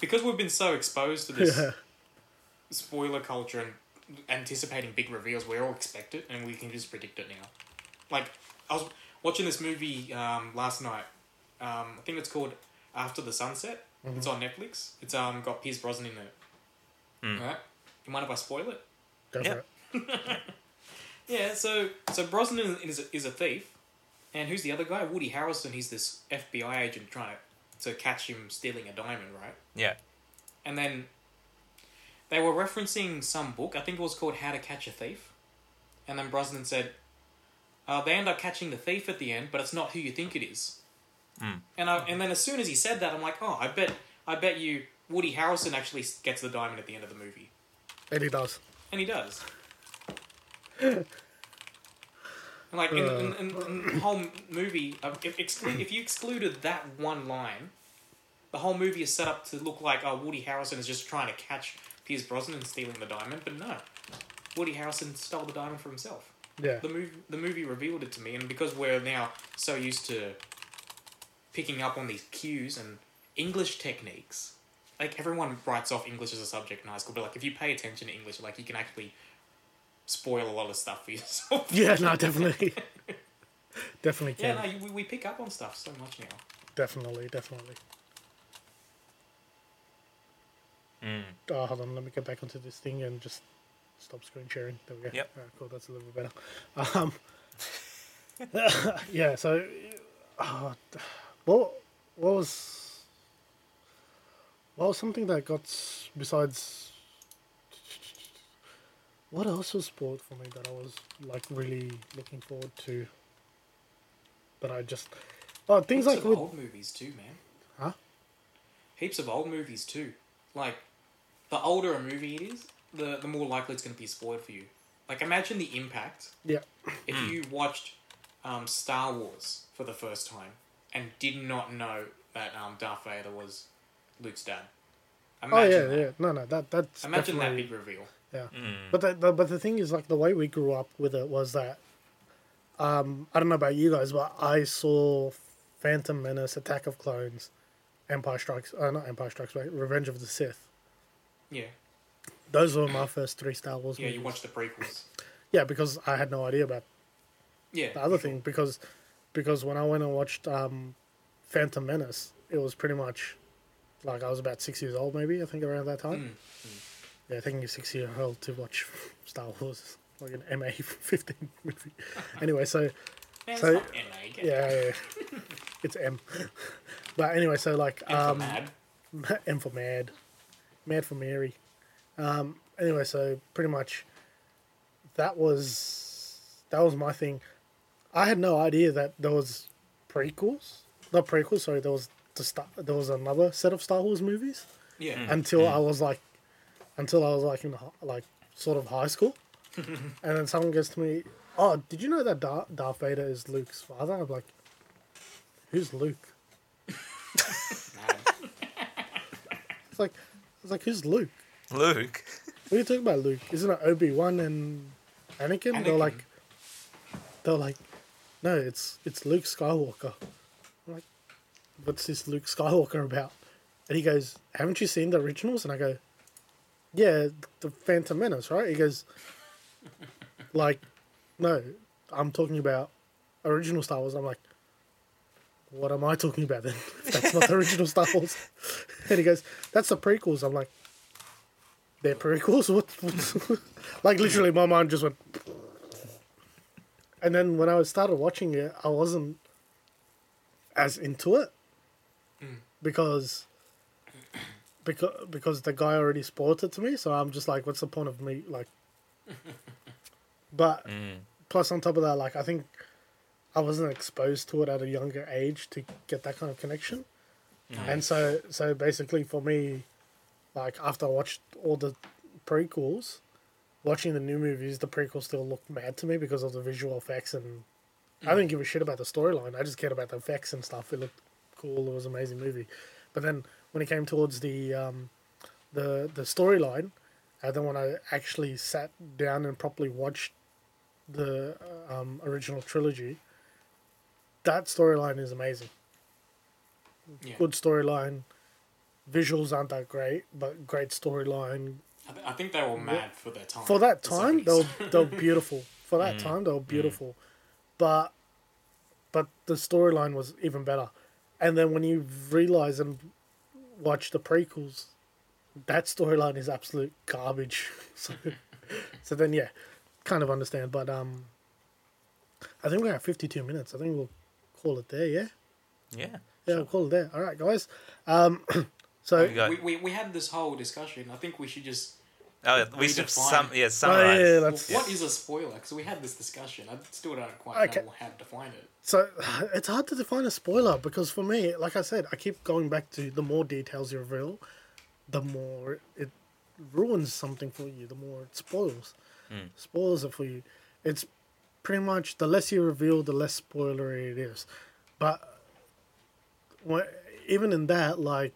E: because we've been so exposed to this
C: Yeah.
E: spoiler culture and anticipating big reveals we all expect it and we can just predict it now like i was watching this movie um, last night um, i think it's called after the sunset it's on netflix it's um, got pierce brosnan in it right you mind if i spoil it
C: Go
D: Yeah.
C: for it.
E: Yeah, so so Brosnan is a, is a thief, and who's the other guy? Woody Harrelson. He's this FBI agent trying to to catch him stealing a diamond, right?
D: Yeah.
E: And then they were referencing some book. I think it was called How to Catch a Thief. And then Brosnan said, uh, "They end up catching the thief at the end, but it's not who you think it is." And I, and then as soon as he said that, I'm like, "Oh, I bet I bet you Woody Harrelson actually gets the diamond at the end of the movie."
C: And he does.
E: And he does. And like in, in, in, in the whole movie, uh, if, exclude, if you excluded that one line, the whole movie is set up to look like oh, Woody Harrison is just trying to catch Pierce Brosnan stealing the diamond, but no, Woody Harrison stole the diamond for himself.
C: Yeah.
E: The movie, the movie revealed it to me, and because we're now so used to picking up on these cues and English techniques. Like everyone writes off English as a subject in high school, but like if you pay attention to English, like you can actually spoil a lot of stuff for yourself.
C: Yeah, no, definitely. definitely
E: Yeah,
C: can.
E: no, you, we- we pick up on stuff so much now.
C: Definitely, definitely. Oh, hold on. Let me go back onto this thing and just stop screen sharing. There we go.
D: Yep.
C: All right, cool. That's a little bit better. Um, yeah. So, uh, what what was what was something that got s- besides what else was sport for me that I was like really looking forward to? But I just oh things
E: Heaps
C: like
E: of
C: with
E: old movies too, man.
C: Huh?
E: Heaps of old movies too. Like, the older a movie it is, the the more likely it's going to be spoiled for you. Like, imagine the impact
C: yeah
E: if you watched um, Star Wars for the first time and did not know that um, Darth Vader was Luke's dad. Imagine
C: oh yeah
E: that.
C: yeah no no that that's
E: Imagine that Mm.
C: definitely-
E: big reveal.
C: Yeah, but the, the but the thing is, like the way we grew up with it was that, um, I don't know about you guys, but I saw Phantom Menace, Attack of Clones, Empire Strikes, uh, not Empire Strikes Back, Revenge of the Sith.
E: Yeah.
C: Those were my first three Star Wars
E: Mm. Yeah,
C: movies.
E: you watch the prequels.
C: Yeah, because I had no idea about
E: Yeah.
C: the other thing because because when I went and watched um, Phantom Menace, it was pretty much like I was about six years old, maybe I think around that time. Yeah, I think you're six year old to watch Star Wars like an MA fifteen movie. anyway, so
E: Man, it's
C: so-
E: not NA. Get
C: yeah, yeah, yeah. it's M. but anyway, so like
E: the
C: um,
E: mad.
C: M for Mad, Mad for Mary. Um, anyway, so pretty much that was that was my thing. I had no idea that there was prequels, not prequels. Sorry, there was the Star, there was another set of Star Wars movies
E: Yeah.
C: until I was like, until I was like in hi- like sort of high school, and then someone goes to me, "Oh, did you know that Dar- Darth Vader is Luke's father?" I'm like, "Who's Luke?" it's like, it's like, "Who's Luke?"
D: Luke.
C: What are you talking about, Luke? Isn't it Obi Wan and Anakin? They're
E: Anakin.
C: like, they're like, no, it's it's Luke Skywalker. I'm like, what's this Luke Skywalker about? And he goes, haven't you seen the originals? And I go, yeah, the Phantom Menace, right? He goes, like, no, I'm talking about original Star Wars. I'm like, what am I talking about then? If That's not the original Star Wars. And he goes, that's the prequels. I'm like, they're prequels? What? what? like, literally, my mind just went. And then when I started watching it, I wasn't as into it because because because the guy already spoiled it to me. So I'm just like, what's the point of me like? But plus on top of that, like I think I wasn't exposed to it at a younger age to get that kind of connection. And so so basically for me, like after I watched all the prequels, watching the new movies, the prequels still look mad to me because of the visual effects and I didn't give a shit about the storyline. I just cared about the effects and stuff. It looked cool. It was an amazing movie. But then when it came towards the um, the the storyline, and then when I actually sat down and properly watched the uh, um, original trilogy, that storyline is amazing.
E: Yeah.
C: Good storyline. Visuals aren't that great, but great storyline,
E: I, th- I think they were mad for their time.
C: for that
E: The
C: time
E: 70s.
C: they were, they were beautiful for that time they were beautiful but but the storyline was even better and then when you realize and watch the prequels that storyline is absolute garbage so so then yeah kind of understand but um i think we're at 52 minutes i think we'll call it there yeah
D: Yeah.
C: yeah we'll call it there all right guys um so
D: We got.
E: we, we, we had this whole discussion. I think we should just.
D: Oh, we should
E: redefine-
D: sum. Yeah,
C: oh,
D: summarize.
C: yeah,
E: Well,
C: that's
E: What is a spoiler? Because we had this discussion. I still don't quite
C: Okay.
E: know how to define it.
C: So it's hard to define a spoiler because for me, like I said, I keep going back to the more details you reveal, the more it ruins something for you, the more it spoils. Spoils it for you. It's pretty much the less you reveal, the less spoilery it is. But wha- even in that, like,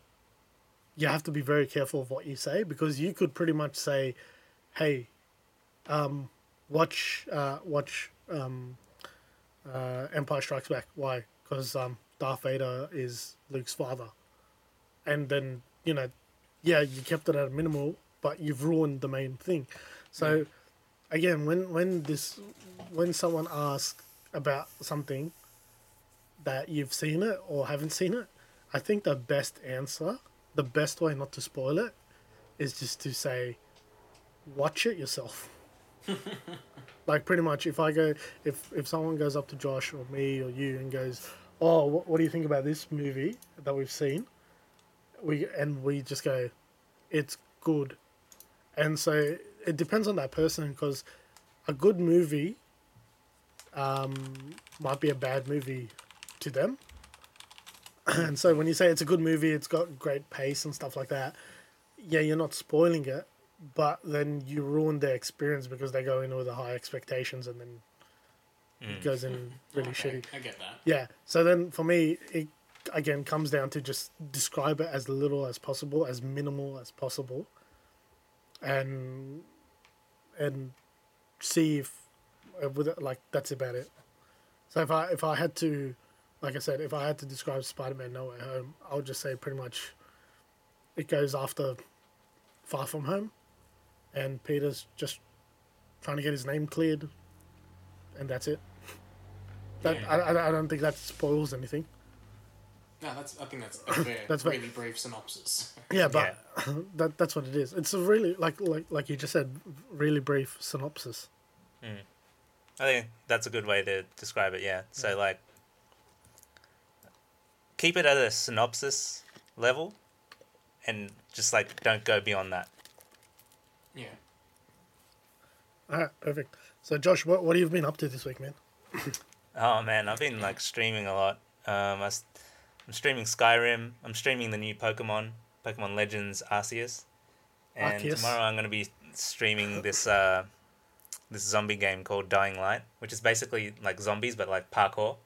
C: you have to be very careful of what you say because you could pretty much say, hey, um, watch, uh, watch, um, uh, Empire Strikes Back. Why? Because um, Darth Vader is Luke's father. And then, you know, yeah, you kept it at a minimal, but you've ruined the main thing. So again, when when this when someone asks about something that you've seen it or haven't seen it, I think the best answer, the best way not to spoil it, is just to say, watch it yourself. like pretty much, if I go, if if someone goes up to Josh or me or you and goes, oh, what, what do you think about this movie that we've seen? We and we just go, it's good, and so it depends on that person because a good movie um, might be a bad movie to them. and so when you say it's a good movie, it's got great pace and stuff like that, yeah, you're not spoiling it, but then you ruin their experience because they go in with the high expectations and then it goes in really
E: Okay,
C: shitty.
E: I get that.
C: Yeah. So then for me, it again comes down to just describe it as little as possible, as minimal as possible, and and see if uh, with it, like that's about it. So if I if I had to, like I said, if I had to describe Spider Man No Way Home, I would just say pretty much it goes after Far From Home, and Peter's just trying to get his name cleared, and that's it. That, I, I, I don't think that spoils anything.
E: No, that's. I think that's a fair,
C: That's fair.
E: really brief synopsis.
C: Yeah, but that that's what it is. It's a really like like like you just said, really brief synopsis.
D: I think that's a good way to describe it. Yeah. So like, keep it at a synopsis level, and just like don't go beyond that.
E: Yeah.
C: All right, Ah, perfect. So Josh, what what have you been up to this week, man?
D: Oh man, I've been like streaming a lot. Um, I, am streaming Skyrim. I'm streaming the new Pokemon, Pokemon Legends Arceus, and
C: Arceus.
D: tomorrow I'm going to be streaming this uh, this zombie game called Dying Light, which is basically like zombies but like parkour.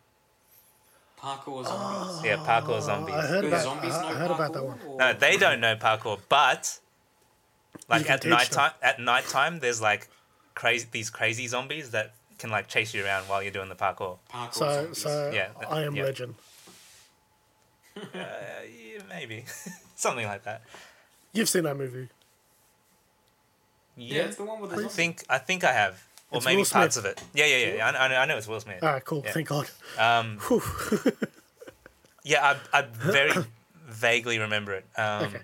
E: Parkour zombies.
D: Yeah, parkour zombies.
C: Oh, I Ah, heard
E: Do
C: about
E: zombies
C: I,
E: know
C: I heard about that
E: parkour,
C: one.
E: or-
D: No, they don't know parkour, but like
C: can
D: at
C: teach
D: night
C: them.
D: time, at night time, there's like crazy these crazy zombies that can like chase you around while you're doing the parkour.
E: Parkour
C: So
E: zombies.
C: so
D: Yeah, that-
C: I am
D: yeah.
C: Legend.
D: Yeah, maybe something like that.
C: You've seen that movie.
E: Yeah, it's the one with the
D: I
E: zombie.
D: think I think I have, or
C: It's
D: maybe
C: Will
D: parts of
C: Smith. Uh.
D: it. Yeah, yeah, yeah. yeah. I, kn- I know, I know it's Will Smith.
C: All right, Ah, cool.
D: Yeah.
C: Thank God.
D: Yeah, I, I very vaguely remember it. Um,
C: Okay.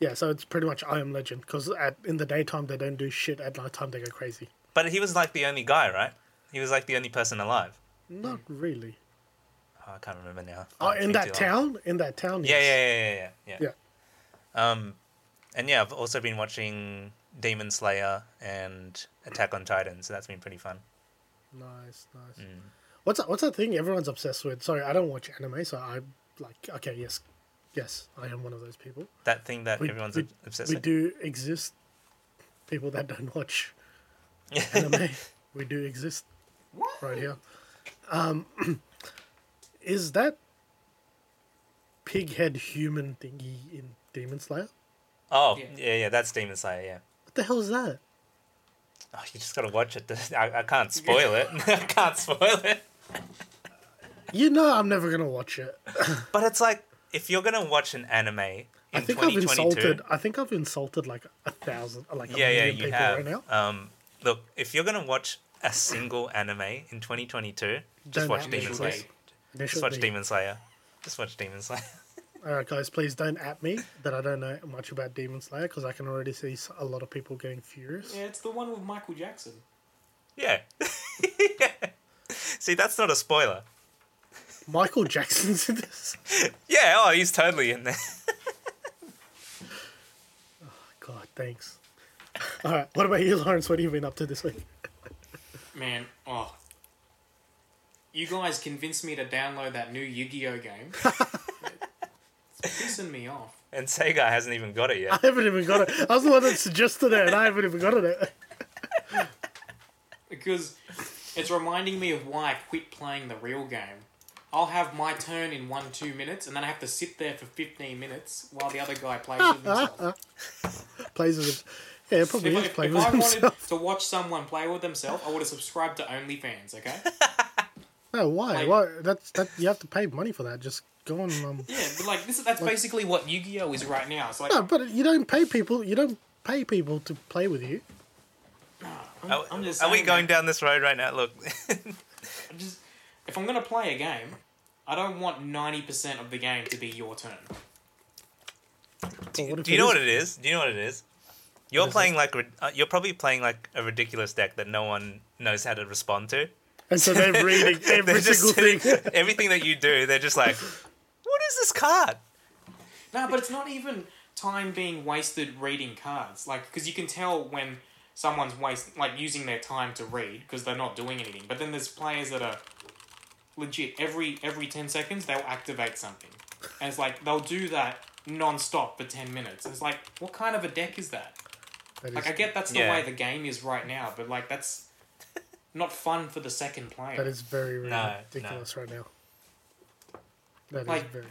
C: Yeah, so it's pretty much I am Legend because at in the daytime they don't do shit. At nighttime they go crazy.
D: But he was like the only guy, right? He was like the only person alive.
C: Not
D: Mm.
C: really.
D: Oh, I can't remember now.
C: Oh,
D: It's been
C: in that
D: too long.
C: town, in that town.
D: Yeah,
C: yes.
D: yeah, yeah, yeah, yeah, yeah. Um,
C: Yeah.
D: And yeah, I've also been watching Demon Slayer and Attack on Titan, so that's been pretty fun.
C: Nice, nice.
D: Mm.
C: What's that, what's that thing everyone's obsessed with? Sorry, I don't watch anime, so I'm like, okay, yes, yes, I am one of those people.
D: That thing that
C: We,
D: everyone's
C: we,
D: obsessed
C: we
D: with.
C: do exist. People that don't watch anime, we do exist. Right here. Um, is that pighead human thingy in Demon Slayer?
D: Oh, yeah.
E: Yeah.
D: yeah, that's Demon Slayer. Yeah.
C: What the hell is that?
D: Oh, you just gotta watch it. to- I, I can't spoil it. I can't spoil it.
C: You know, I'm never gonna watch it.
D: But it's like if you're gonna watch an anime in
C: I think I've
D: 2022,
C: insulted. I think I've insulted like a thousand, like a
D: yeah, yeah,
C: million
D: you
C: people
D: have.
C: right now.
D: Um, look, if you're gonna watch a single anime in 2022, just
C: Don't
D: watch
C: have
D: Demon
E: Initial
D: Slayer.
E: date.
C: There
D: Just
C: should
D: watch
C: be.
D: Demon Slayer. Just watch Demon Slayer.
C: All right, guys, please don't at me that I don't know much about Demon Slayer because I can already see s- a lot of people getting furious.
E: Yeah, it's the one with Michael Jackson.
D: yeah. See, that's not a spoiler.
C: Michael Jackson's in this.
D: Yeah. Oh, he's totally in there.
C: God, thanks. All right, what about you, Lawrence? What have you been up to this week?
E: Man, oh. You guys convinced me to download that new Yu Gi Oh game. it's pissing me off.
D: And Sega hasn't even got it
C: I
D: yet.
C: haven't even got it. I was the one that suggested it, and I haven't even got it.
E: Because it's reminding me of why I quit playing the real game. I'll have my turn in one, two minutes, and then I have to sit there for 15 minutes while the other guy plays with himself.
C: Plays with him. Yeah, it probably
E: If, I-
C: is
E: if-
C: playing
E: if
C: with
E: I
C: himself.
E: wanted to watch someone play with themselves, I would have subscribed to OnlyFans, okay?
C: No, why? why? That's that. You have to pay money for that. Just go on. Um,
E: Yeah, but like this, that's basically what Yu-Gi-Oh is right now. It's like
C: no, but you don't pay people. You don't pay people to play with you.
D: Are,
E: I'm just
D: are we
E: saying,
D: going down this road right now? Look,
E: if I'm gonna play a game, I don't want ninety percent of the game to be your turn.
C: But what if
D: do you know
C: is-
D: what it is? Do you know what it is? You're playing like rid- uh, you're probably playing like a ridiculous deck that no one knows how to respond to.
C: And so they're reading every single
D: sitting-
C: thing.
D: everything that you do, they're just like, what is this card?
E: No, but it's not even time being wasted reading cards. Like, because you can tell when someone's waste like using their time to read because they're not doing anything. But then there's players that are legit. Every every ten seconds they'll activate something, and it's like they'll do that non-stop for ten minutes. It's like, what kind of a deck is that?
C: That
E: Like,
C: is-
E: I get that's the
D: Yeah.
E: way the game is right now, but like that's not fun for the second player.
C: That is very
D: No,
C: ridiculous right now. That is
E: Like-
C: very.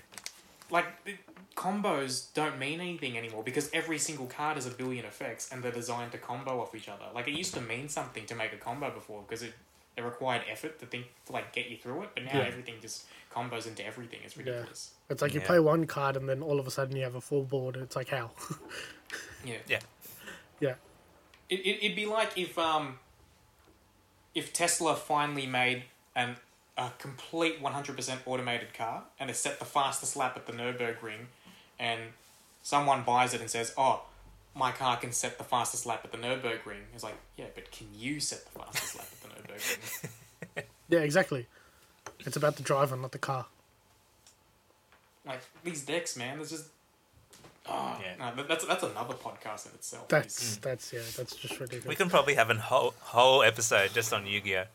E: like the combos don't mean anything anymore because every single card has a billion effects and they're designed to combo off each other. Like it used to mean something to make a combo before because it it required effort to think to like get you through it, but now
C: Yeah.
E: everything just combos into everything. It's ridiculous.
C: It's like you
D: Yeah.
C: play one card and then all of a sudden you have a full board. It's like how?
E: Yeah.
D: Yeah,
C: yeah.
E: It, it it'd be like if um if Tesla finally made an a complete 100% automated car and it set the fastest lap at the Nürburgring and someone buys it and says, "Oh, my car can set the fastest lap at the Nürburgring." It's like, "Yeah, but can you set the fastest lap at the Nürburgring?"
C: Yeah, exactly. It's about the driver, not the car.
E: like these decks, man, there's just oh,
D: Yeah.
E: no, that- that's that's another podcast in itself.
C: That's that's yeah. That's just ridiculous.
D: we can probably have a whole whole episode just on Yu-Gi-Oh.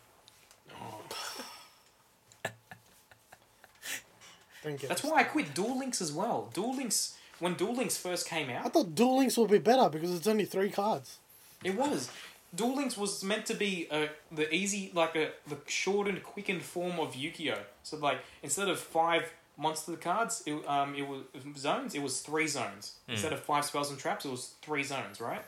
C: Thank you.
E: That's why I quit Duel Links as well. Duel Links when Duel Links first came out,
C: I thought Duel Links would be better because it's only three cards.
E: It was. Duel Links was meant to be uh, the easy, like a the shortened, quickened form of Yu-Gi-Oh. So like instead of five monster cards, it, um, it was zones. It was three zones instead of five spells and traps. It was three zones, right?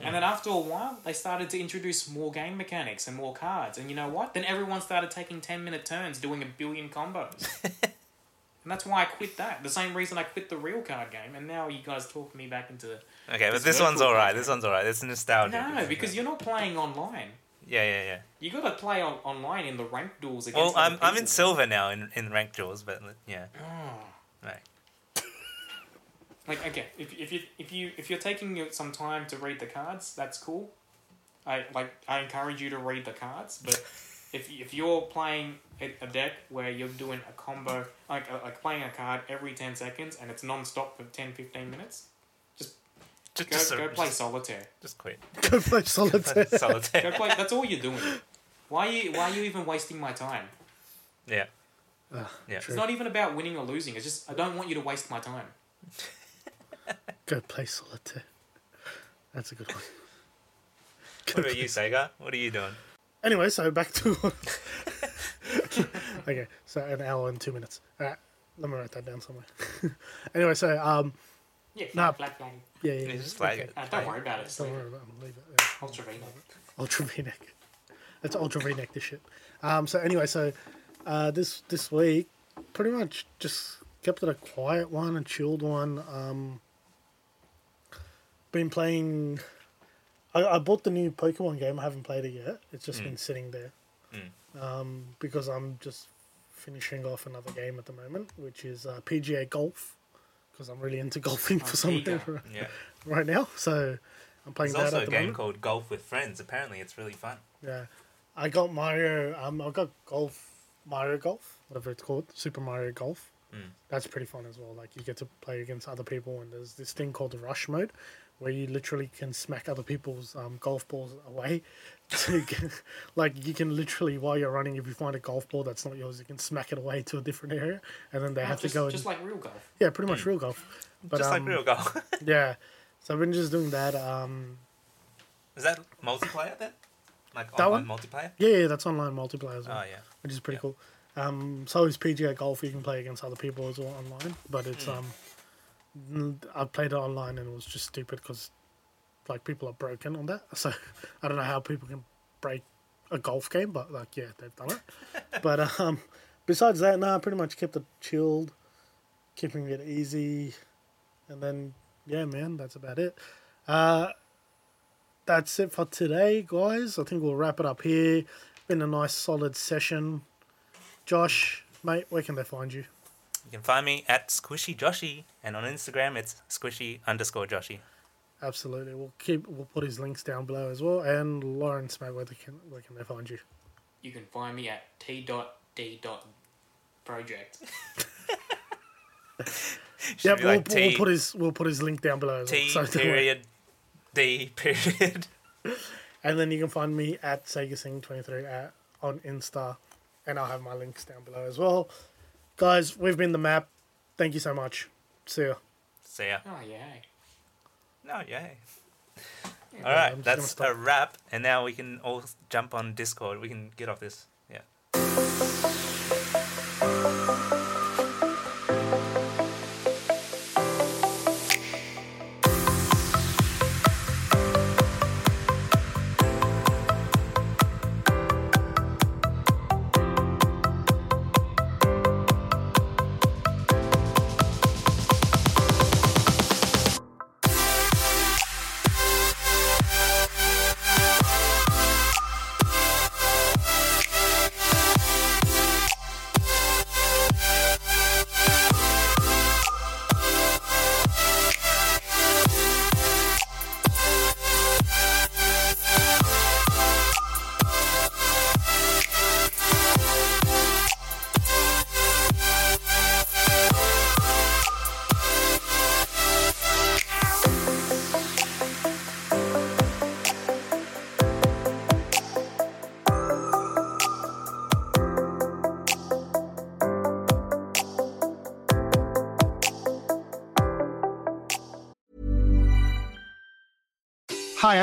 E: And then after a while, they started to introduce more game mechanics and more cards. And you know what? Then everyone started taking ten minute turns, doing a billion combos. and that's why I quit that. The same reason I quit the real card game. And now you guys talk me back into.
D: Okay, but
E: It's
D: this one's
E: virtual
D: all right.
E: card
D: This one's all right. It's nostalgia.
E: No, because you're not playing online.
D: yeah, yeah, yeah.
E: You gotta play on, online in the rank duels against.
D: Well,
E: other
D: I'm I'm in
E: people.
D: silver now in in ranked duels, but l- yeah. Right.
E: Like okay, if, if you if you if you're taking your- some time to read the cards, that's cool. I like I encourage you to read the cards, but if if you're playing a, a deck where you're doing a combo like like playing a card every ten seconds and it's non-stop for 10, 15 minutes,
D: Just
E: go
D: just,
E: go
D: just,
E: play solitaire.
D: just quit.
C: Go play solitaire.
E: Go
D: Solitaire.
E: play. that's all you're doing. Why are you why are you even wasting my time?
D: Yeah.
C: Ah,
D: Yeah.
E: It's not even about winning or losing. It's just I don't want you to waste my time.
C: Go play solitaire. That's a good one.
D: What about you, Sega? What are you doing?
C: Anyway, so back to. okay, so an hour and two minutes. All right, let me write that down somewhere. anyway, so um,
E: Yeah,
C: Nah.
E: black flag.
C: yeah, yeah,
D: You
C: yeah.
D: just flag
C: okay.
D: it.
E: Uh, don't worry about it. It's
C: Don't
E: like
C: worry about it. Leave it. Yeah.
E: ultra V.
C: Ultra V neck. That's ultra V neck. This shit. Um. So anyway, so uh, this this week, pretty much just kept it a quiet one, a chilled one. Um. Been playing. I, I bought the new Pokemon game. I haven't played it yet. It's
D: Mm.
C: just been sitting there. Um. Because I'm just finishing off another game at the moment, which is uh, PGA Golf. Because I'm really into golfing
D: Ah,
C: for some
E: Giga.
C: reason
D: Yeah.
C: right now. So I'm playing
D: There's
C: that
D: also
C: at
D: a
C: the
D: game
C: moment.
D: called Golf with Friends. Apparently, it's really fun.
C: Yeah, I got Mario. Um, I got golf, Mario Golf, whatever it's called, Super Mario Golf. That's pretty fun as well. Like you get to play against other people, and there's this thing called the rush mode, where you literally can smack other people's um, golf balls away. to get- like you can literally, while you're running, if you find a golf ball that's not yours, you can smack it away to a different area, and then they have
E: just,
C: to go.
E: just
C: and,
E: like real golf.
C: yeah, pretty much real golf. But,
D: just
C: um,
D: like real golf.
C: Yeah, so I've been just doing that. Um,
D: Is that multiplayer then? Like
C: That
D: online
C: one?
D: multiplayer?
C: yeah, yeah, that's online multiplayer as well.
D: Oh yeah.
C: which is pretty cool. Um, so is PGA Golf. You can play against other people as well online, but it's um, n- I played it online and it was just stupid because, like, people are broken on that. So I don't know how people can break a golf game, but like yeah, they've done it. but um, besides that, no, I pretty much kept it chilled, keeping it easy, and then yeah, man, that's about it. Uh, that's it for today, guys. I think we'll wrap it up here. Been a nice solid session. Josh, mate, where can they find you?
D: You can find me at Squishy Joshy, and on Instagram it's Squishy underscore Joshy.
C: Absolutely, we'll keep we'll put his links down below as well. And Lawrence, mate, where they can where can they find you?
E: You can find me at t.d.project.
D: Should
C: Yeah,
D: be
C: we'll,
D: like
C: we'll
D: T-
C: put his we'll put his link down below. As
D: T
C: well, so don't worry.
D: period D period.
C: And then you can find me at SegaSing23 at, on Insta. And I'll have my links down below as well. Guys, we've been the map. Thank you so much. See ya.
D: See ya.
E: oh, yay.
D: No, yay.
C: I'm
D: All right,
C: just gonna
D: that's
C: stop.
D: a wrap, and now we can all jump on Discord. We can get off this. Yeah.
A: Hi,